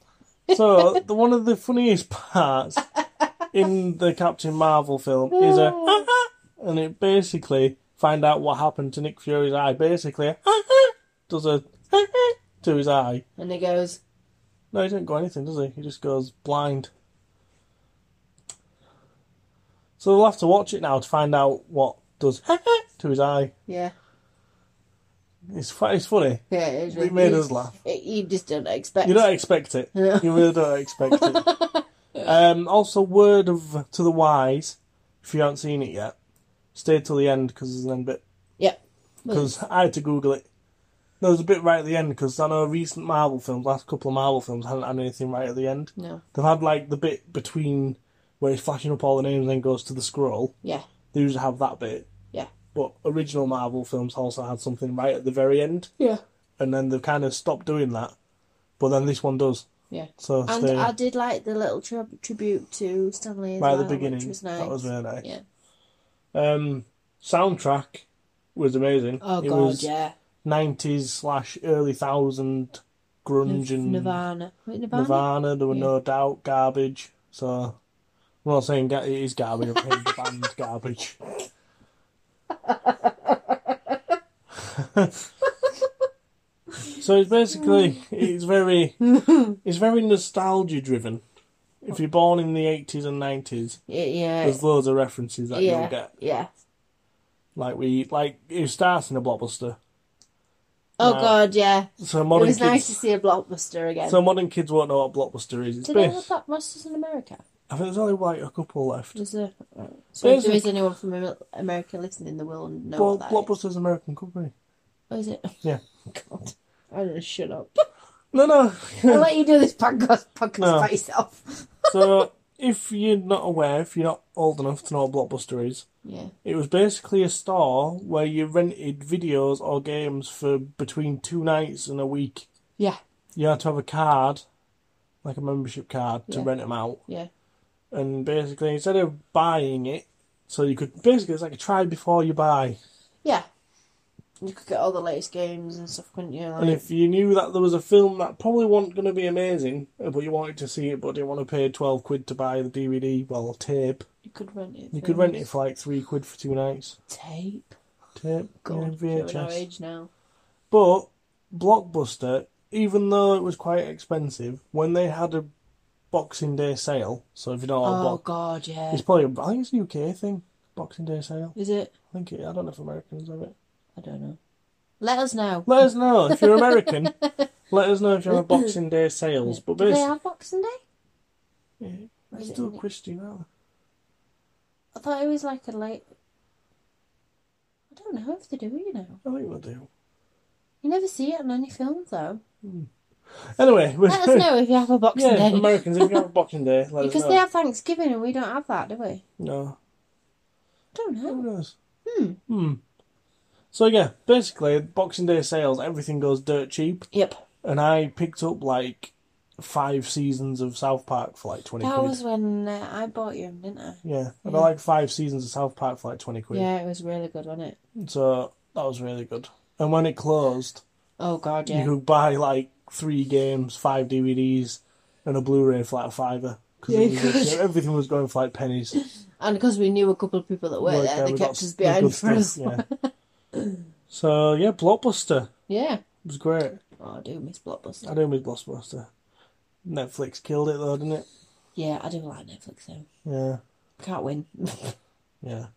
[SPEAKER 2] So, the, one of the funniest parts in the Captain Marvel film is a. "Ah, and it basically find out what happened to Nick Fury's eye. Basically, "Ah, does a "Ah, to his eye.
[SPEAKER 1] And he goes,
[SPEAKER 2] No, he doesn't go anything, does he? He just goes blind. So they'll have to watch it now to find out what does "Ah, to his eye.
[SPEAKER 1] yeah,
[SPEAKER 2] It's fu- it's funny.
[SPEAKER 1] yeah, it, is
[SPEAKER 2] It
[SPEAKER 1] really-
[SPEAKER 2] made us laugh.
[SPEAKER 1] It, you just don't expect.
[SPEAKER 2] You don't expect it.
[SPEAKER 1] No.
[SPEAKER 2] You really don't expect it. Um, also, word of to the wise, if you haven't seen it yet, stay till the end because there's an end bit.
[SPEAKER 1] Yep.
[SPEAKER 2] because I had to Google it. There was a bit right at the end because I know recent Marvel films, last couple of Marvel films, hadn't had anything right at the end.
[SPEAKER 1] No.
[SPEAKER 2] They've had like the bit between where it's flashing up all the names and then goes to the scroll.
[SPEAKER 1] Yeah.
[SPEAKER 2] They usually have that bit.
[SPEAKER 1] Yeah.
[SPEAKER 2] But original Marvel films also had something right at the very end,
[SPEAKER 1] Yeah.
[SPEAKER 2] and then they've kind of stopped doing that. But then this one does.
[SPEAKER 1] Yeah.
[SPEAKER 2] So
[SPEAKER 1] And
[SPEAKER 2] stay
[SPEAKER 1] I did like the little tri- tribute to Stanley as
[SPEAKER 2] right at
[SPEAKER 1] well,
[SPEAKER 2] the beginning.
[SPEAKER 1] which was nice.
[SPEAKER 2] That was really nice.
[SPEAKER 1] Yeah.
[SPEAKER 2] Um, soundtrack was amazing.
[SPEAKER 1] Oh
[SPEAKER 2] it
[SPEAKER 1] god,
[SPEAKER 2] was
[SPEAKER 1] yeah.
[SPEAKER 2] 90s slash early thousand grunge
[SPEAKER 1] Nirv-
[SPEAKER 2] and
[SPEAKER 1] Nirvana. Wait, Nirvana.
[SPEAKER 2] Nirvana, there were
[SPEAKER 1] Yeah.
[SPEAKER 2] no doubt garbage. So I'm not saying ga- it is garbage. I'm saying the
[SPEAKER 1] <laughs>
[SPEAKER 2] band's garbage. so it's basically it's very it's very nostalgia driven. If you're born in the 80s and 90s,
[SPEAKER 1] Yeah. Yeah.
[SPEAKER 2] there's loads of references that
[SPEAKER 1] Eh. yeah.
[SPEAKER 2] you'll get.
[SPEAKER 1] yeah.
[SPEAKER 2] Like we like it starts in a blockbuster.
[SPEAKER 1] Oh
[SPEAKER 2] No.
[SPEAKER 1] god, yeah.
[SPEAKER 2] So
[SPEAKER 1] It
[SPEAKER 2] modern
[SPEAKER 1] was
[SPEAKER 2] kids,
[SPEAKER 1] nice to see a blockbuster again.
[SPEAKER 2] so modern kids won't know what blockbuster is. It's
[SPEAKER 1] Do they have
[SPEAKER 2] based,
[SPEAKER 1] blockbusters in America?
[SPEAKER 2] I think there's only like a couple left.
[SPEAKER 1] Does there, so if there
[SPEAKER 2] Basically-
[SPEAKER 1] is anyone from Amer- America listening, they will know
[SPEAKER 2] Well,
[SPEAKER 1] what that is.
[SPEAKER 2] Blockbuster's an American company.
[SPEAKER 1] Oh, is it?
[SPEAKER 2] Yeah.
[SPEAKER 1] <laughs> God, I'm gonna shut up.
[SPEAKER 2] No, no. <laughs>
[SPEAKER 1] I'll let you do this podcast, podcast
[SPEAKER 2] No.
[SPEAKER 1] by yourself.
[SPEAKER 2] so, if you're not aware, if you're not old enough to know what Blockbuster is,
[SPEAKER 1] Yeah,
[SPEAKER 2] it was basically a store where you rented videos or games for between two nights and a week.
[SPEAKER 1] yeah,
[SPEAKER 2] You had to have a card, like a membership card, to
[SPEAKER 1] Yeah.
[SPEAKER 2] rent them out.
[SPEAKER 1] yeah,
[SPEAKER 2] And basically, instead of buying it, so you could basically, it's like a try before you buy.
[SPEAKER 1] yeah. You could get all the latest games and stuff, couldn't you? Like,
[SPEAKER 2] And if you knew that there was a film that probably wasn't going to be amazing, uh, but you wanted to see it, but didn't want to pay 12 quid to buy the DVD, well, tape,
[SPEAKER 1] you could rent it.
[SPEAKER 2] you
[SPEAKER 1] for
[SPEAKER 2] could rent it for like 3 quid for two nights.
[SPEAKER 1] tape.
[SPEAKER 2] Tape,
[SPEAKER 1] God,
[SPEAKER 2] yeah,
[SPEAKER 1] we're in our
[SPEAKER 2] VHS.
[SPEAKER 1] age now.
[SPEAKER 2] But Blockbuster, even though it was quite expensive, when they had a Boxing Day sale, so if you don't have
[SPEAKER 1] Oh,
[SPEAKER 2] Block,
[SPEAKER 1] God, yeah.
[SPEAKER 2] it's probably, I think it's a UK thing, Boxing Day sale.
[SPEAKER 1] Is it?
[SPEAKER 2] I think it, I don't know if Americans have it.
[SPEAKER 1] I don't know. Let us know.
[SPEAKER 2] Let us know if you're American.
[SPEAKER 1] <laughs>
[SPEAKER 2] let us know if you have Boxing Day sales. But
[SPEAKER 1] Do they
[SPEAKER 2] basically,
[SPEAKER 1] have Boxing Day?
[SPEAKER 2] Yeah,
[SPEAKER 1] Is
[SPEAKER 2] it's
[SPEAKER 1] it
[SPEAKER 2] still
[SPEAKER 1] in it?
[SPEAKER 2] Christy now.
[SPEAKER 1] I thought it was like a late. I don't know if they do, you know.
[SPEAKER 2] I think we do.
[SPEAKER 1] You never see it in any films, though.
[SPEAKER 2] <laughs> Anyway, we-
[SPEAKER 1] Let us
[SPEAKER 2] <laughs>
[SPEAKER 1] know if you have a Boxing
[SPEAKER 2] yeah,
[SPEAKER 1] Day.
[SPEAKER 2] Americans, if you have a Boxing Day, let us
[SPEAKER 1] because
[SPEAKER 2] know.
[SPEAKER 1] they have Thanksgiving and we don't have that, do we?
[SPEAKER 2] No,
[SPEAKER 1] Don't
[SPEAKER 2] who
[SPEAKER 1] know.
[SPEAKER 2] knows?
[SPEAKER 1] Hmm.
[SPEAKER 2] Hmm. So yeah, basically, Boxing Day sales, everything goes dirt cheap,
[SPEAKER 1] Yep.
[SPEAKER 2] and I picked up like five seasons of South Park for like twenty
[SPEAKER 1] That
[SPEAKER 2] quid.
[SPEAKER 1] was when uh, I bought you, didn't I?
[SPEAKER 2] Yeah, I
[SPEAKER 1] Yeah.
[SPEAKER 2] got like five seasons of South Park for like twenty quid.
[SPEAKER 1] Yeah, it was really good, wasn't it?
[SPEAKER 2] So that was really good. And when it closed,
[SPEAKER 1] Oh God,
[SPEAKER 2] you
[SPEAKER 1] yeah.
[SPEAKER 2] could buy like three games, five DVDs, and a Blu-ray for like a fiver. Because
[SPEAKER 1] Yeah, you could.
[SPEAKER 2] everything was going for
[SPEAKER 1] <laughs>
[SPEAKER 2] like pennies.
[SPEAKER 1] And because we knew a couple of people that were
[SPEAKER 2] Like,
[SPEAKER 1] there,
[SPEAKER 2] uh,
[SPEAKER 1] they
[SPEAKER 2] we
[SPEAKER 1] kept
[SPEAKER 2] got
[SPEAKER 1] us
[SPEAKER 2] the good
[SPEAKER 1] behind for us.
[SPEAKER 2] stuff, yeah.
[SPEAKER 1] <laughs>
[SPEAKER 2] so yeah, Blockbuster
[SPEAKER 1] Yeah.
[SPEAKER 2] was great.
[SPEAKER 1] Oh, I do miss Blockbuster.
[SPEAKER 2] I do miss Blockbuster. Netflix killed it though, didn't it?
[SPEAKER 1] Yeah, I do like Netflix though.
[SPEAKER 2] Yeah,
[SPEAKER 1] Can't win. <laughs>
[SPEAKER 2] yeah.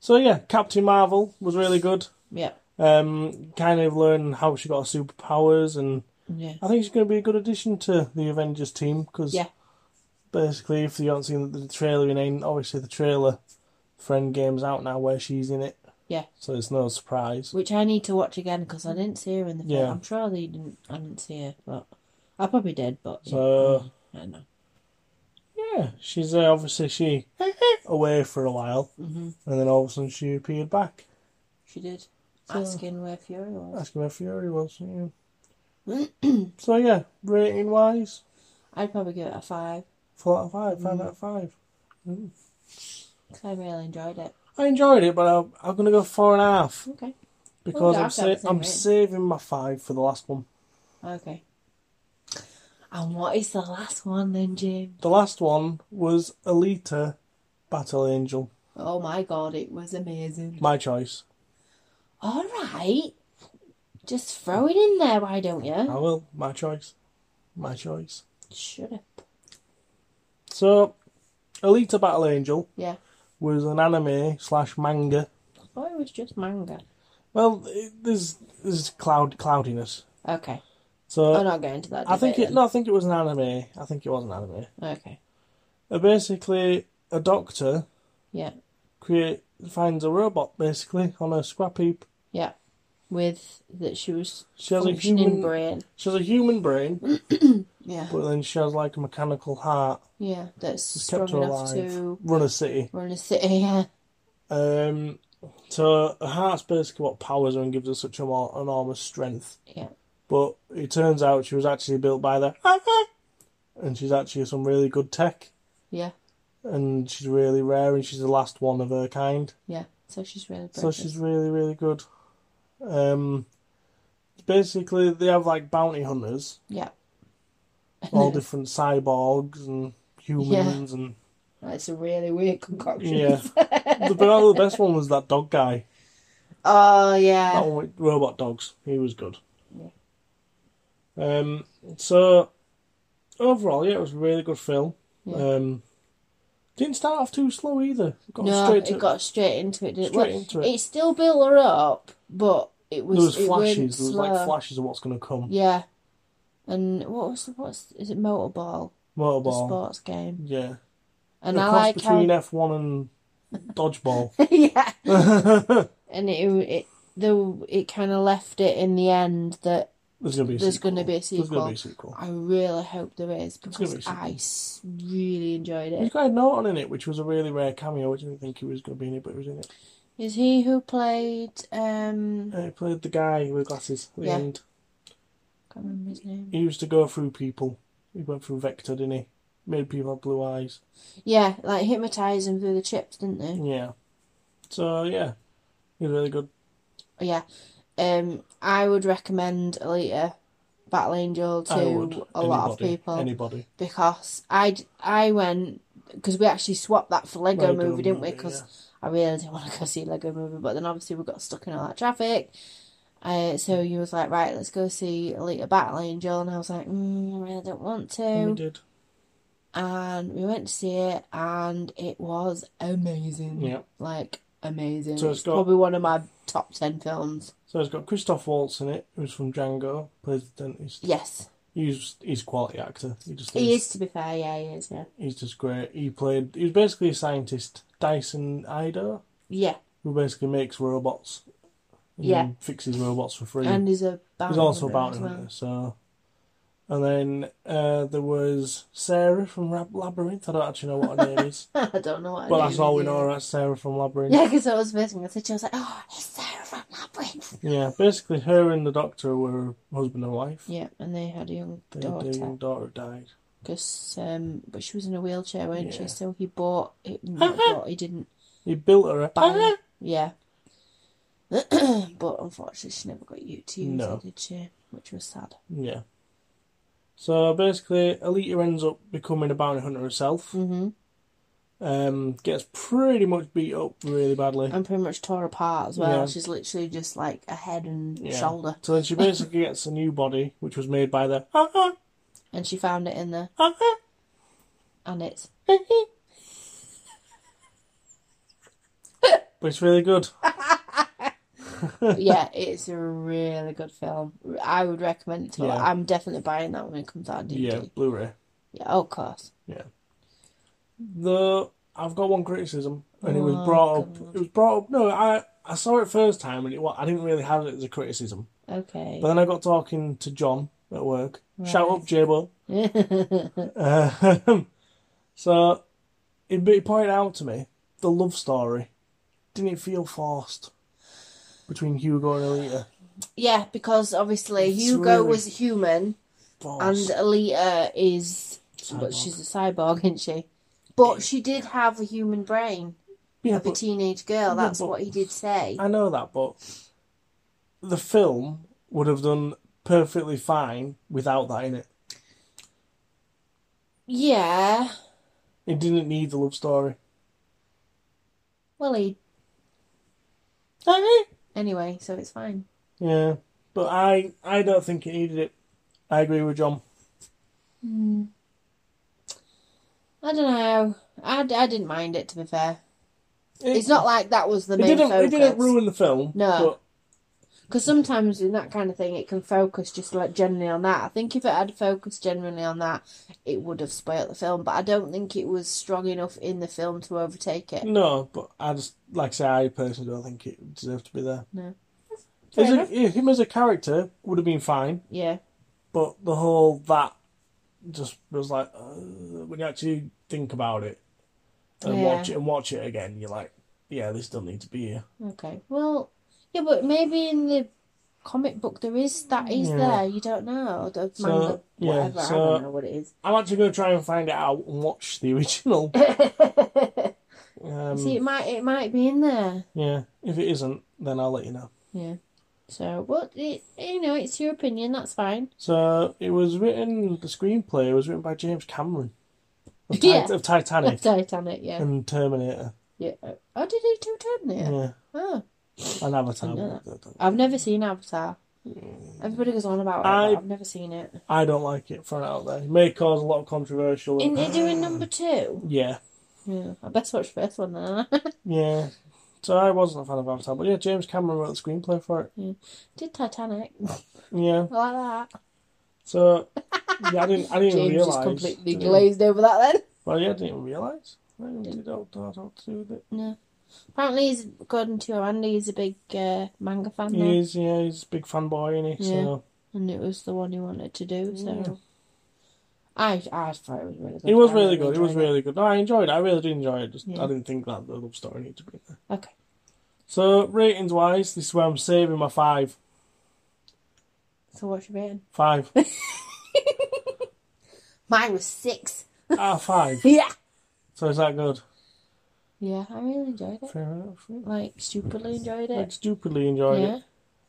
[SPEAKER 2] So yeah, Captain Marvel was really good.
[SPEAKER 1] yeah.
[SPEAKER 2] Um, kind of learn how she got her superpowers, and
[SPEAKER 1] Yeah.
[SPEAKER 2] I think she's going to be a good addition to the Avengers team because
[SPEAKER 1] Yeah.
[SPEAKER 2] basically, if you haven't seen the trailer, in ain't obviously the trailer. Friend Game's out now where she's in it.
[SPEAKER 1] Yeah.
[SPEAKER 2] So it's no surprise.
[SPEAKER 1] Which I need to watch again because I didn't see her in the film.
[SPEAKER 2] Yeah.
[SPEAKER 1] I'm sure they didn't. I didn't see her, but I probably did. But yeah,
[SPEAKER 2] So-
[SPEAKER 1] I don't know.
[SPEAKER 2] Yeah, she's uh, obviously she <laughs> away for a while,
[SPEAKER 1] hmm
[SPEAKER 2] and then all of a sudden she appeared back,
[SPEAKER 1] She did.
[SPEAKER 2] So-
[SPEAKER 1] Asking where Fury was.
[SPEAKER 2] asking where Fury was. Yeah.
[SPEAKER 1] <clears throat>
[SPEAKER 2] so yeah, rating wise,
[SPEAKER 1] I'd probably give it a five
[SPEAKER 2] four out of five,
[SPEAKER 1] Mm.
[SPEAKER 2] five out of five.
[SPEAKER 1] because I really enjoyed it.
[SPEAKER 2] I enjoyed it, but I'm, I'm gonna go four and a half
[SPEAKER 1] Okay.
[SPEAKER 2] because
[SPEAKER 1] yeah,
[SPEAKER 2] I'm
[SPEAKER 1] I've got the
[SPEAKER 2] sa-
[SPEAKER 1] same
[SPEAKER 2] I'm
[SPEAKER 1] rating.
[SPEAKER 2] saving my five for the last one.
[SPEAKER 1] Okay. And what is the last one then, Jim?
[SPEAKER 2] The last one was Alita, Battle Angel.
[SPEAKER 1] Oh my god, it was amazing.
[SPEAKER 2] My choice.
[SPEAKER 1] All right. Just throw it in there, why don't
[SPEAKER 2] I
[SPEAKER 1] you?
[SPEAKER 2] will. My choice. My choice.
[SPEAKER 1] Shut up.
[SPEAKER 2] So, Alita Battle Angel
[SPEAKER 1] Yeah.
[SPEAKER 2] was an anime slash manga
[SPEAKER 1] I thought it was just manga.
[SPEAKER 2] Well, it, there's there's cloud cloudiness.
[SPEAKER 1] Okay.
[SPEAKER 2] So
[SPEAKER 1] I'm not going to that.
[SPEAKER 2] Uh, I think
[SPEAKER 1] debate
[SPEAKER 2] it. No, I think it was an anime. I think it was an anime.
[SPEAKER 1] then. Okay.
[SPEAKER 2] Uh, basically, a doctor
[SPEAKER 1] Yeah.
[SPEAKER 2] create finds a robot basically on a scrap heap.
[SPEAKER 1] Yeah. With that she was
[SPEAKER 2] She has a
[SPEAKER 1] functioning
[SPEAKER 2] human.
[SPEAKER 1] brain.
[SPEAKER 2] She has a human brain,
[SPEAKER 1] Yeah.
[SPEAKER 2] but then she has like a mechanical heart.
[SPEAKER 1] Yeah. That's
[SPEAKER 2] It's
[SPEAKER 1] strong
[SPEAKER 2] kept her
[SPEAKER 1] enough
[SPEAKER 2] alive.
[SPEAKER 1] to
[SPEAKER 2] Run a city.
[SPEAKER 1] run a city. <laughs> Yeah.
[SPEAKER 2] Um. So her heart's basically what powers her and gives her such a more enormous strength.
[SPEAKER 1] Yeah.
[SPEAKER 2] But it turns out she was actually built by the, <laughs> and she's actually some really good tech.
[SPEAKER 1] Yeah.
[SPEAKER 2] and she's really rare and she's the last one of her kind.
[SPEAKER 1] Yeah. So she's really
[SPEAKER 2] So
[SPEAKER 1] brave.
[SPEAKER 2] she's really, really good. Um basically they have like bounty hunters,
[SPEAKER 1] Yeah. <laughs>
[SPEAKER 2] all different cyborgs and humans and
[SPEAKER 1] That's a really weird concoction. <laughs>
[SPEAKER 2] yeah. the, but the best one was that dog guy.
[SPEAKER 1] Oh yeah.
[SPEAKER 2] That one with robot dogs. He was good.
[SPEAKER 1] Yeah.
[SPEAKER 2] Um so overall, yeah, it was a really good film.
[SPEAKER 1] Yeah.
[SPEAKER 2] Um didn't start off too slow either. Got
[SPEAKER 1] no,
[SPEAKER 2] straight
[SPEAKER 1] it
[SPEAKER 2] to
[SPEAKER 1] got straight into it. Didn't
[SPEAKER 2] straight
[SPEAKER 1] it?
[SPEAKER 2] into it.
[SPEAKER 1] It still built her up, but it was,
[SPEAKER 2] there was
[SPEAKER 1] it
[SPEAKER 2] flashes.
[SPEAKER 1] went
[SPEAKER 2] There was
[SPEAKER 1] slow.
[SPEAKER 2] like flashes of what's going to come.
[SPEAKER 1] Yeah, and what was what's is it motorball, the
[SPEAKER 2] Motorball.
[SPEAKER 1] sports game?
[SPEAKER 2] Yeah.
[SPEAKER 1] And
[SPEAKER 2] a
[SPEAKER 1] I
[SPEAKER 2] cross
[SPEAKER 1] like <laughs>
[SPEAKER 2] between
[SPEAKER 1] how
[SPEAKER 2] F1
[SPEAKER 1] <laughs>
[SPEAKER 2] and dodgeball.
[SPEAKER 1] yeah,
[SPEAKER 2] There's
[SPEAKER 1] and it it the it kind of left it in the end that
[SPEAKER 2] going to be a
[SPEAKER 1] There's
[SPEAKER 2] sequel.
[SPEAKER 1] gonna be a
[SPEAKER 2] There's going to be a
[SPEAKER 1] sequel.
[SPEAKER 2] sequel.
[SPEAKER 1] I really hope there is
[SPEAKER 2] gonna
[SPEAKER 1] because
[SPEAKER 2] be a sequel.
[SPEAKER 1] I s- really enjoyed
[SPEAKER 2] He's
[SPEAKER 1] it.
[SPEAKER 2] got a Norton in it, which was a really rare cameo. I didn't think he was going to be in it, but he was in it.
[SPEAKER 1] Is he who played um?
[SPEAKER 2] Uh, he played the guy with glasses at the
[SPEAKER 1] Yeah.
[SPEAKER 2] end.
[SPEAKER 1] can't remember his name.
[SPEAKER 2] He used to go through people. He went through Vector, didn't he? Made people have blue eyes.
[SPEAKER 1] Yeah, like hypnotized him through the chips, didn't they?
[SPEAKER 2] Yeah. So, yeah. He was really good.
[SPEAKER 1] yeah. Um, I would recommend Alita Battle Angel to
[SPEAKER 2] I would.
[SPEAKER 1] a lot of
[SPEAKER 2] Anybody.
[SPEAKER 1] people
[SPEAKER 2] Anybody.
[SPEAKER 1] because I d- I went because we actually swapped that for Lego,
[SPEAKER 2] Lego
[SPEAKER 1] Movie, didn't we?
[SPEAKER 2] Movie,
[SPEAKER 1] Because I really didn't want to go see Lego Movie, but then obviously we got stuck in all that traffic. Uh, so you was like, right, let's go see Alita Battle Angel, and I was like, mm, I really don't want
[SPEAKER 2] And we
[SPEAKER 1] to.
[SPEAKER 2] did.
[SPEAKER 1] And we went to see it, and it was amazing.
[SPEAKER 2] Yeah.
[SPEAKER 1] Like amazing.
[SPEAKER 2] So
[SPEAKER 1] it's
[SPEAKER 2] it's got-
[SPEAKER 1] probably one of my top ten films.
[SPEAKER 2] So it's got Christoph Waltz in it, who's from Django, plays the dentist.
[SPEAKER 1] Yes,
[SPEAKER 2] He's he's a quality actor. He just
[SPEAKER 1] he is. To be fair, yeah, he is. Yeah,
[SPEAKER 2] He's just great. He played. He was basically a scientist, Dyson Ido,
[SPEAKER 1] yeah,
[SPEAKER 2] who basically makes robots. And
[SPEAKER 1] Yeah.
[SPEAKER 2] then Fixes robots for free.
[SPEAKER 1] and he's a.
[SPEAKER 2] He's
[SPEAKER 1] bounty
[SPEAKER 2] also
[SPEAKER 1] hunter
[SPEAKER 2] a bounty
[SPEAKER 1] as well.
[SPEAKER 2] hunter. So, and then uh, there was Sarah from Rab- Labyrinth. I don't actually know what her
[SPEAKER 1] <laughs>
[SPEAKER 2] name is,
[SPEAKER 1] I don't know what. her
[SPEAKER 2] but
[SPEAKER 1] name
[SPEAKER 2] that's all we
[SPEAKER 1] is,
[SPEAKER 2] know.
[SPEAKER 1] yeah.
[SPEAKER 2] her as Sarah from
[SPEAKER 1] <laughs>
[SPEAKER 2] Labyrinth.
[SPEAKER 1] Yeah, because I was first thing I said, she was like, "Oh, it's Sarah from Labyrinth."
[SPEAKER 2] Yeah, basically, her and the doctor were husband and wife.
[SPEAKER 1] Yeah, and they had a young
[SPEAKER 2] Their- Their
[SPEAKER 1] daughter.
[SPEAKER 2] young daughter died.
[SPEAKER 1] Because, um, but she was in a wheelchair, weren't
[SPEAKER 2] Yeah.
[SPEAKER 1] she? So he bought
[SPEAKER 2] <laughs>
[SPEAKER 1] it, not bought, he didn't
[SPEAKER 2] He built her.
[SPEAKER 1] buy.
[SPEAKER 2] A-
[SPEAKER 1] it. Yeah. <clears throat> but unfortunately, she never got you to use
[SPEAKER 2] No.
[SPEAKER 1] it, did she? Which was sad.
[SPEAKER 2] yeah. So basically, Alita ends up becoming a bounty hunter herself.
[SPEAKER 1] hmm
[SPEAKER 2] Um, gets pretty much beat up really badly.
[SPEAKER 1] And pretty much tore apart as well.
[SPEAKER 2] Yeah.
[SPEAKER 1] She's literally just like a head and
[SPEAKER 2] Yeah.
[SPEAKER 1] shoulder,
[SPEAKER 2] So then she basically gets a new body, which was made
[SPEAKER 1] <laughs>
[SPEAKER 2] by the. uh-huh,
[SPEAKER 1] and she found it in there, and
[SPEAKER 2] <laughs>
[SPEAKER 1] it's
[SPEAKER 2] but it's really good.
[SPEAKER 1] yeah, it's a really good film. I would recommend it to.
[SPEAKER 2] Yeah.
[SPEAKER 1] I'm definitely buying that when it comes out. on DVD.
[SPEAKER 2] Yeah, Blu-ray.
[SPEAKER 1] Yeah, oh, of course.
[SPEAKER 2] The I've got one criticism, and it
[SPEAKER 1] Oh,
[SPEAKER 2] was brought up.
[SPEAKER 1] God.
[SPEAKER 2] It was brought up. No, I I saw it first time, and it wa- I didn't really have it as a criticism.
[SPEAKER 1] Okay.
[SPEAKER 2] But then I got talking to John at work. Shout
[SPEAKER 1] Right.
[SPEAKER 2] up, Jabo. Uh, <laughs> so he, he pointed out to me the love story. Didn't it feel forced between Hugo and Alita?
[SPEAKER 1] <laughs> yeah, because obviously
[SPEAKER 2] It's
[SPEAKER 1] Hugo
[SPEAKER 2] really-
[SPEAKER 1] was human and
[SPEAKER 2] Forced.
[SPEAKER 1] Alita is but
[SPEAKER 2] Cyborg.
[SPEAKER 1] she's a cyborg, isn't she? But she did have a human brain
[SPEAKER 2] yeah,
[SPEAKER 1] of a
[SPEAKER 2] but
[SPEAKER 1] teenage girl.
[SPEAKER 2] yeah,
[SPEAKER 1] That's
[SPEAKER 2] but-
[SPEAKER 1] what he did say.
[SPEAKER 2] I know that, but the film would have done perfectly fine without that in it.
[SPEAKER 1] Yeah.
[SPEAKER 2] It didn't need the love story.
[SPEAKER 1] Well, he anyway, so it's fine.
[SPEAKER 2] Yeah, but I I don't think it needed it. I agree with John.
[SPEAKER 1] I don't know. I, I didn't mind it to be fair.
[SPEAKER 2] It,
[SPEAKER 1] It's not like that was the
[SPEAKER 2] It
[SPEAKER 1] main
[SPEAKER 2] didn't. It didn't
[SPEAKER 1] focus.
[SPEAKER 2] ruin the film.
[SPEAKER 1] No. Because sometimes in that kind of thing, it can focus just like generally on that. I think if it had focused generally on that, it would have spoiled the film. But I don't think it was strong enough in the film to overtake
[SPEAKER 2] But,
[SPEAKER 1] it.
[SPEAKER 2] no, but I just like I say I personally don't think it deserved to be there.
[SPEAKER 1] No. Fair
[SPEAKER 2] As
[SPEAKER 1] enough.
[SPEAKER 2] a, yeah, him as a character would have been fine,
[SPEAKER 1] Yeah,
[SPEAKER 2] but the whole that just was like uh, when you actually think about it and
[SPEAKER 1] Yeah.
[SPEAKER 2] watch it and watch it again, you're like, yeah, this doesn't need to be here.
[SPEAKER 1] okay. Well, yeah, but maybe in the comic book there is that is
[SPEAKER 2] Yeah.
[SPEAKER 1] there. You don't know. The
[SPEAKER 2] So,
[SPEAKER 1] manga,
[SPEAKER 2] yeah,
[SPEAKER 1] whatever. I
[SPEAKER 2] so-
[SPEAKER 1] don't know what it is. <laughs>
[SPEAKER 2] I'm actually going to try and find it out and watch the <laughs> original. um,
[SPEAKER 1] See, it might it might be in there.
[SPEAKER 2] Yeah, if it isn't, then I'll let you know.
[SPEAKER 1] Yeah. So, what it, you know, it's your opinion. That's fine.
[SPEAKER 2] So it was written. The screenplay was written by James Cameron of,
[SPEAKER 1] Yeah.
[SPEAKER 2] Tit-
[SPEAKER 1] <laughs>
[SPEAKER 2] of Titanic
[SPEAKER 1] Titanic. Yeah.
[SPEAKER 2] and Terminator.
[SPEAKER 1] Yeah. Oh, did he do Terminator?
[SPEAKER 2] Yeah,
[SPEAKER 1] Oh.
[SPEAKER 2] and Avatar.
[SPEAKER 1] Yeah.
[SPEAKER 2] but
[SPEAKER 1] I've never seen Avatar. Everybody goes on about it.
[SPEAKER 2] I-
[SPEAKER 1] but I've never seen it.
[SPEAKER 2] I don't like it. Thrown out there, it may cause a lot of controversial.
[SPEAKER 1] In they're doing number two.
[SPEAKER 2] <clears throat> yeah,
[SPEAKER 1] Yeah, I best watch the first one then. <laughs>
[SPEAKER 2] yeah. So I wasn't a fan of Avatar, but yeah, James Cameron wrote the screenplay for it.
[SPEAKER 1] Did Titanic <laughs>
[SPEAKER 2] Yeah.
[SPEAKER 1] I like that?
[SPEAKER 2] So yeah, I didn't.
[SPEAKER 1] <laughs>
[SPEAKER 2] I didn't
[SPEAKER 1] James
[SPEAKER 2] realize.
[SPEAKER 1] just completely
[SPEAKER 2] did I?
[SPEAKER 1] glazed over that then.
[SPEAKER 2] Well, yeah, I didn't realize. I didn't know what to do with it.
[SPEAKER 1] <laughs> No. Apparently, he's according to Andy, he's a big uh, manga fan now,
[SPEAKER 2] He is, yeah, he's a big fanboy, isn't he?
[SPEAKER 1] Yeah.
[SPEAKER 2] So.
[SPEAKER 1] and it was the one he wanted to do. So
[SPEAKER 2] Yeah.
[SPEAKER 1] I, I thought it was really good.
[SPEAKER 2] It was
[SPEAKER 1] I
[SPEAKER 2] really good. It was
[SPEAKER 1] enjoyed
[SPEAKER 2] really good. No, I enjoyed it. I really did enjoy it. Just
[SPEAKER 1] Yeah.
[SPEAKER 2] I didn't think that the love story needed to be there.
[SPEAKER 1] Okay.
[SPEAKER 2] So ratings wise, this is where I'm saving my five.
[SPEAKER 1] So what's your rating? <laughs>
[SPEAKER 2] Five.
[SPEAKER 1] Mine was six.
[SPEAKER 2] ah, five.
[SPEAKER 1] Yeah.
[SPEAKER 2] So is that good?
[SPEAKER 1] Yeah, I really enjoyed it.
[SPEAKER 2] Fair enough. yeah.
[SPEAKER 1] Like stupidly enjoyed
[SPEAKER 2] I'd
[SPEAKER 1] it.
[SPEAKER 2] stupidly enjoyed
[SPEAKER 1] yeah,
[SPEAKER 2] it.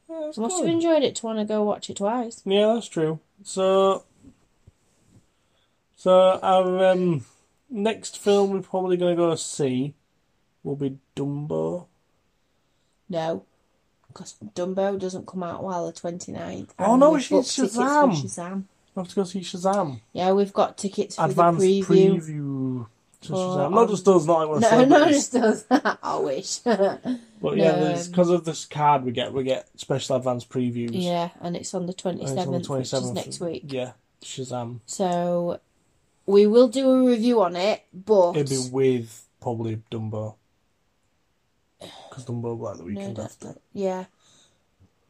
[SPEAKER 2] Yeah, it's
[SPEAKER 1] must have
[SPEAKER 2] good.
[SPEAKER 1] enjoyed it to want to go watch it twice.
[SPEAKER 2] Yeah, that's true. So, so our um, next film we're probably going to go see will be Dumbo.
[SPEAKER 1] No, because Dumbo doesn't come out while the 29th.
[SPEAKER 2] Oh,
[SPEAKER 1] and
[SPEAKER 2] no,
[SPEAKER 1] we've
[SPEAKER 2] it's
[SPEAKER 1] booked tickets for
[SPEAKER 2] Shazam.
[SPEAKER 1] Shazam.
[SPEAKER 2] We have to go see Shazam.
[SPEAKER 1] Yeah, we've got tickets for
[SPEAKER 2] Advanced
[SPEAKER 1] the <laughs>
[SPEAKER 2] preview.
[SPEAKER 1] preview.
[SPEAKER 2] to
[SPEAKER 1] Oh,
[SPEAKER 2] Shazam. Not
[SPEAKER 1] um,
[SPEAKER 2] just us, not like one
[SPEAKER 1] No, no, just does <laughs> that. I wish.
[SPEAKER 2] But yeah,
[SPEAKER 1] no,
[SPEAKER 2] there's
[SPEAKER 1] um,
[SPEAKER 2] because of this card we get, we get special advanced previews.
[SPEAKER 1] yeah, and it's on the
[SPEAKER 2] And it's on the
[SPEAKER 1] 27th, which is
[SPEAKER 2] 27th.
[SPEAKER 1] next week.
[SPEAKER 2] Yeah, Shazam.
[SPEAKER 1] So we will do a review on it, but
[SPEAKER 2] It'd be with probably Dumbo. Because Dumbo will like the
[SPEAKER 1] no,
[SPEAKER 2] weekend
[SPEAKER 1] that's
[SPEAKER 2] after.
[SPEAKER 1] not- yeah.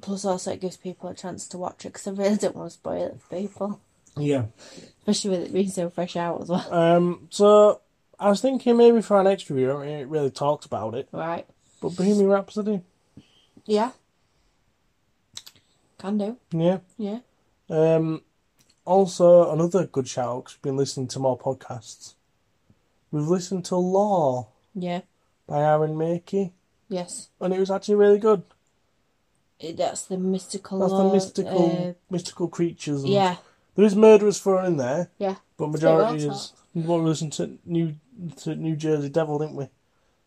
[SPEAKER 1] Plus, also it gives people a chance to watch it because I really don't want to spoil it for people,
[SPEAKER 2] Yeah.
[SPEAKER 1] especially with it being so fresh out as well.
[SPEAKER 2] Um. So I was thinking maybe for our next review, I mean, it really talked about it,
[SPEAKER 1] Right?
[SPEAKER 2] but Bohemian Rhapsody.
[SPEAKER 1] Yeah. Can do.
[SPEAKER 2] Yeah.
[SPEAKER 1] Yeah.
[SPEAKER 2] Um. Also, another good shout out 'cause we've been listening to more podcasts. We've listened to Law
[SPEAKER 1] Yeah.
[SPEAKER 2] by Aaron Makey,
[SPEAKER 1] Yes.
[SPEAKER 2] and it was actually really good.
[SPEAKER 1] It- That's the mystical.
[SPEAKER 2] That's the
[SPEAKER 1] lore,
[SPEAKER 2] mystical
[SPEAKER 1] uh,
[SPEAKER 2] mystical creatures. And
[SPEAKER 1] yeah.
[SPEAKER 2] There is murderers thrown in there,
[SPEAKER 1] Yeah.
[SPEAKER 2] but
[SPEAKER 1] a bit well
[SPEAKER 2] majority is what we listened to New to New Jersey Devil, didn't we?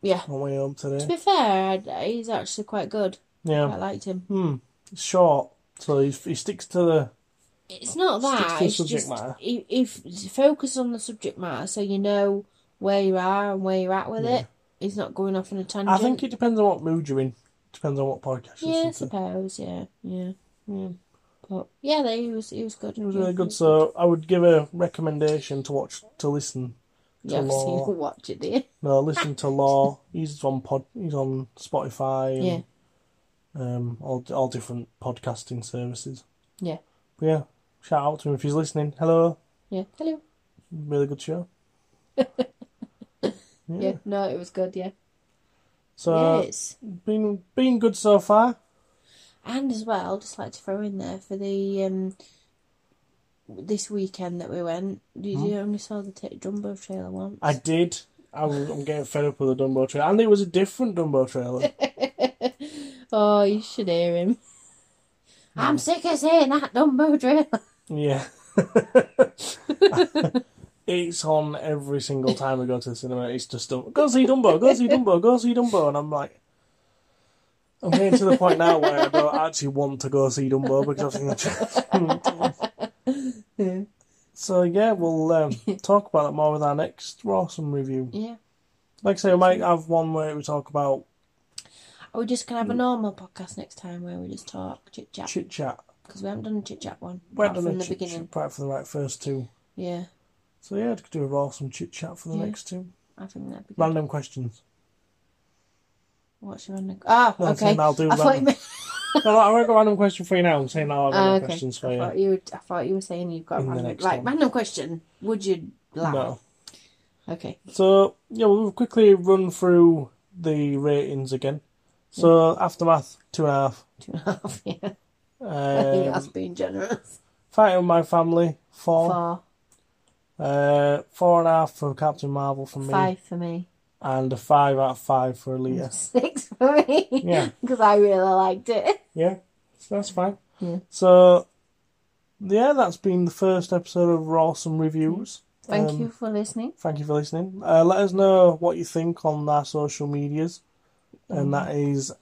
[SPEAKER 1] Yeah.
[SPEAKER 2] On the way home
[SPEAKER 1] To
[SPEAKER 2] today.
[SPEAKER 1] be fair, I- he's actually quite good. I
[SPEAKER 2] Yeah.
[SPEAKER 1] liked him.
[SPEAKER 2] Hmm. It's short, so he, he sticks to the.
[SPEAKER 1] It's not
[SPEAKER 2] Sticks to
[SPEAKER 1] that.
[SPEAKER 2] the
[SPEAKER 1] It's
[SPEAKER 2] subject
[SPEAKER 1] just
[SPEAKER 2] matter.
[SPEAKER 1] i- if focus on the subject matter, so you know where you are and where you're at with
[SPEAKER 2] Yeah.
[SPEAKER 1] it. It's not going off on a tangent.
[SPEAKER 2] I think it depends on what mood you're in. Depends on what podcast you
[SPEAKER 1] yeah, I
[SPEAKER 2] listen to.
[SPEAKER 1] suppose. Yeah, yeah.
[SPEAKER 2] Yeah.
[SPEAKER 1] But yeah, they, he was he was good.
[SPEAKER 2] It was
[SPEAKER 1] Yeah,
[SPEAKER 2] really
[SPEAKER 1] he
[SPEAKER 2] good. So I would give a recommendation to watch to listen.
[SPEAKER 1] yeah,
[SPEAKER 2] to
[SPEAKER 1] obviously you
[SPEAKER 2] Law.
[SPEAKER 1] can watch it, do you?
[SPEAKER 2] No, listen to Law.
[SPEAKER 1] <laughs>
[SPEAKER 2] He's on pod. He's on Spotify. And,
[SPEAKER 1] Yeah.
[SPEAKER 2] Um, all all different podcasting services.
[SPEAKER 1] Yeah.
[SPEAKER 2] But yeah. Shout out to him if he's listening. Hello.
[SPEAKER 1] Yeah. Hello.
[SPEAKER 2] Really
[SPEAKER 1] <laughs>
[SPEAKER 2] good show. yeah.
[SPEAKER 1] Yeah. No, it was good. Yeah.
[SPEAKER 2] So uh,
[SPEAKER 1] yes.
[SPEAKER 2] been been good so far.
[SPEAKER 1] And as well, just like to throw in there for the um this weekend that we went. Did you only saw the t- Jumbo trailer once?
[SPEAKER 2] Hmm? I did. I was, I'm getting fed up with the Dumbo trailer, and it was a different Dumbo trailer.
[SPEAKER 1] Oh, you should hear him. <laughs> I'm sick of seeing that Dumbo drill. <laughs>
[SPEAKER 2] yeah. <laughs> it's on every single time I go to the cinema. It's just Dumbo. Go see Dumbo. Go see Dumbo. Go see Dumbo. And I'm like, I'm getting to the point now where I don't actually want to go see Dumbo because I've seen the trailer. so yeah, we'll um, talk about that more with our next Rawson review.
[SPEAKER 1] Yeah.
[SPEAKER 2] Like I say, we might have one where we talk about
[SPEAKER 1] Are we just going to have a normal podcast next time where we just talk, chit chat?
[SPEAKER 2] Hmm. chit chat.
[SPEAKER 1] Because we haven't done a chit chat one.
[SPEAKER 2] We're
[SPEAKER 1] apart
[SPEAKER 2] done
[SPEAKER 1] from
[SPEAKER 2] a
[SPEAKER 1] the
[SPEAKER 2] chit
[SPEAKER 1] beginning.
[SPEAKER 2] chat right for the right first two.
[SPEAKER 1] Yeah,
[SPEAKER 2] So yeah, I'd do a awesome chit chat for the
[SPEAKER 1] Yeah.
[SPEAKER 2] next two.
[SPEAKER 1] I think that'd be good.
[SPEAKER 2] Random questions.
[SPEAKER 1] What's your random? Ah,
[SPEAKER 2] No, I'm
[SPEAKER 1] okay.
[SPEAKER 2] saying I'll do
[SPEAKER 1] I thought you
[SPEAKER 2] random.
[SPEAKER 1] meant.
[SPEAKER 2] no, no, I won't got a random question for you now. I'm saying now I'll have
[SPEAKER 1] Ah,
[SPEAKER 2] random
[SPEAKER 1] okay.
[SPEAKER 2] questions for
[SPEAKER 1] I
[SPEAKER 2] you.
[SPEAKER 1] thought you. Would, I thought you were saying you've got
[SPEAKER 2] In the
[SPEAKER 1] random.
[SPEAKER 2] next
[SPEAKER 1] Like
[SPEAKER 2] one.
[SPEAKER 1] random question. Would you? Laugh?
[SPEAKER 2] No.
[SPEAKER 1] Okay. <laughs>
[SPEAKER 2] So yeah, we'll quickly run through the ratings again. So aftermath two and a
[SPEAKER 1] <laughs>
[SPEAKER 2] half.
[SPEAKER 1] Two and a half. Yeah. I think that's
[SPEAKER 2] Um,
[SPEAKER 1] being generous.
[SPEAKER 2] fighting with my family four.
[SPEAKER 1] Four,
[SPEAKER 2] Uh, four and a half for Captain Marvel for me,
[SPEAKER 1] five for me. <laughs>
[SPEAKER 2] and a five out of five for Alita.
[SPEAKER 1] Six for me. <laughs>
[SPEAKER 2] Yeah.
[SPEAKER 1] Because I really liked it.
[SPEAKER 2] Yeah, so that's fine.
[SPEAKER 1] Yeah.
[SPEAKER 2] So, yeah, that's been the first episode of Rawsome Reviews.
[SPEAKER 1] Thank
[SPEAKER 2] Um,
[SPEAKER 1] you for listening.
[SPEAKER 2] Thank you for listening. Uh, let us know what you think on our social medias,
[SPEAKER 1] Mm-hmm.
[SPEAKER 2] and that is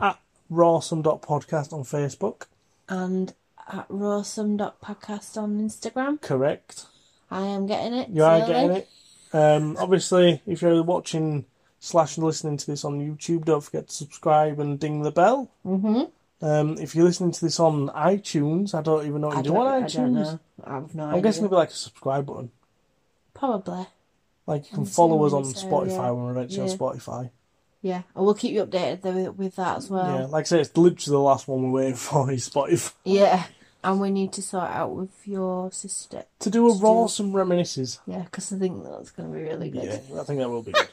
[SPEAKER 2] at rawsome.podcast on Facebook.
[SPEAKER 1] And at rawsome.podcast on Instagram.
[SPEAKER 2] Correct.
[SPEAKER 1] I am getting it.
[SPEAKER 2] You are
[SPEAKER 1] slowly.
[SPEAKER 2] getting it. Um, obviously, if you're watching slash listening to this on YouTube, don't forget to subscribe and ding the bell.
[SPEAKER 1] Mhm.
[SPEAKER 2] Um, if you're listening to this on iTunes, I don't even know what
[SPEAKER 1] I
[SPEAKER 2] Oh, you do
[SPEAKER 1] don't,
[SPEAKER 2] on
[SPEAKER 1] I
[SPEAKER 2] iTunes.
[SPEAKER 1] don't know. I've no
[SPEAKER 2] I'm guessing
[SPEAKER 1] idea.
[SPEAKER 2] there'll be like a subscribe button.
[SPEAKER 1] Probably.
[SPEAKER 2] Like you can
[SPEAKER 1] I'm
[SPEAKER 2] follow us on
[SPEAKER 1] assuming so,
[SPEAKER 2] Spotify
[SPEAKER 1] yeah.
[SPEAKER 2] when we're actually
[SPEAKER 1] Yeah.
[SPEAKER 2] on Spotify.
[SPEAKER 1] Yeah. I will keep you updated though, with that as
[SPEAKER 2] yeah,
[SPEAKER 1] well.
[SPEAKER 2] like I say, it's literally the last one we're waiting for is Spotify.
[SPEAKER 1] Yeah. And we need to sort out with your sister.
[SPEAKER 2] To do a
[SPEAKER 1] To do-
[SPEAKER 2] raw some reminisces.
[SPEAKER 1] Yeah, because I think that's going to be really good.
[SPEAKER 2] Yeah, I think that will
[SPEAKER 1] <laughs>
[SPEAKER 2] be good.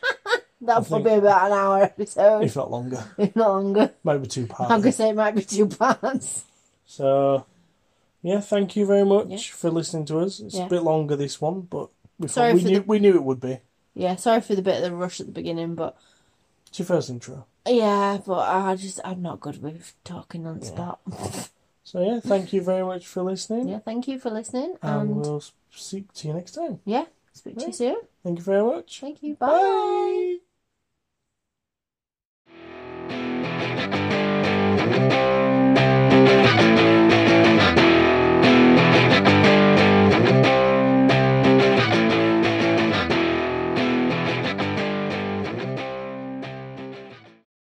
[SPEAKER 1] That'll
[SPEAKER 2] think-
[SPEAKER 1] probably be about an hour episode, <laughs> if,
[SPEAKER 2] if Oh, not longer.
[SPEAKER 1] not longer.
[SPEAKER 2] Maybe two
[SPEAKER 1] I'm going to
[SPEAKER 2] parts.
[SPEAKER 1] say it might be two parts.
[SPEAKER 2] So yeah, thank you very much
[SPEAKER 1] Yeah.
[SPEAKER 2] for listening to us. It's
[SPEAKER 1] Yeah.
[SPEAKER 2] a bit longer this one, but we,
[SPEAKER 1] Sorry
[SPEAKER 2] thought we
[SPEAKER 1] for
[SPEAKER 2] knew
[SPEAKER 1] the-
[SPEAKER 2] we knew it would be.
[SPEAKER 1] Yeah, sorry for the bit of the rush at the beginning, but
[SPEAKER 2] It's your first intro.
[SPEAKER 1] yeah, but I just I'm not good with talking on the spot.
[SPEAKER 2] So yeah, thank you very much for
[SPEAKER 1] <laughs>
[SPEAKER 2] listening,
[SPEAKER 1] Yeah, thank you for listening,
[SPEAKER 2] and
[SPEAKER 1] and
[SPEAKER 2] we'll speak to you next time.
[SPEAKER 1] yeah, speak to you
[SPEAKER 2] Right.
[SPEAKER 1] soon.
[SPEAKER 2] Thank you very much.
[SPEAKER 1] Thank you.
[SPEAKER 2] Bye.
[SPEAKER 1] Bye.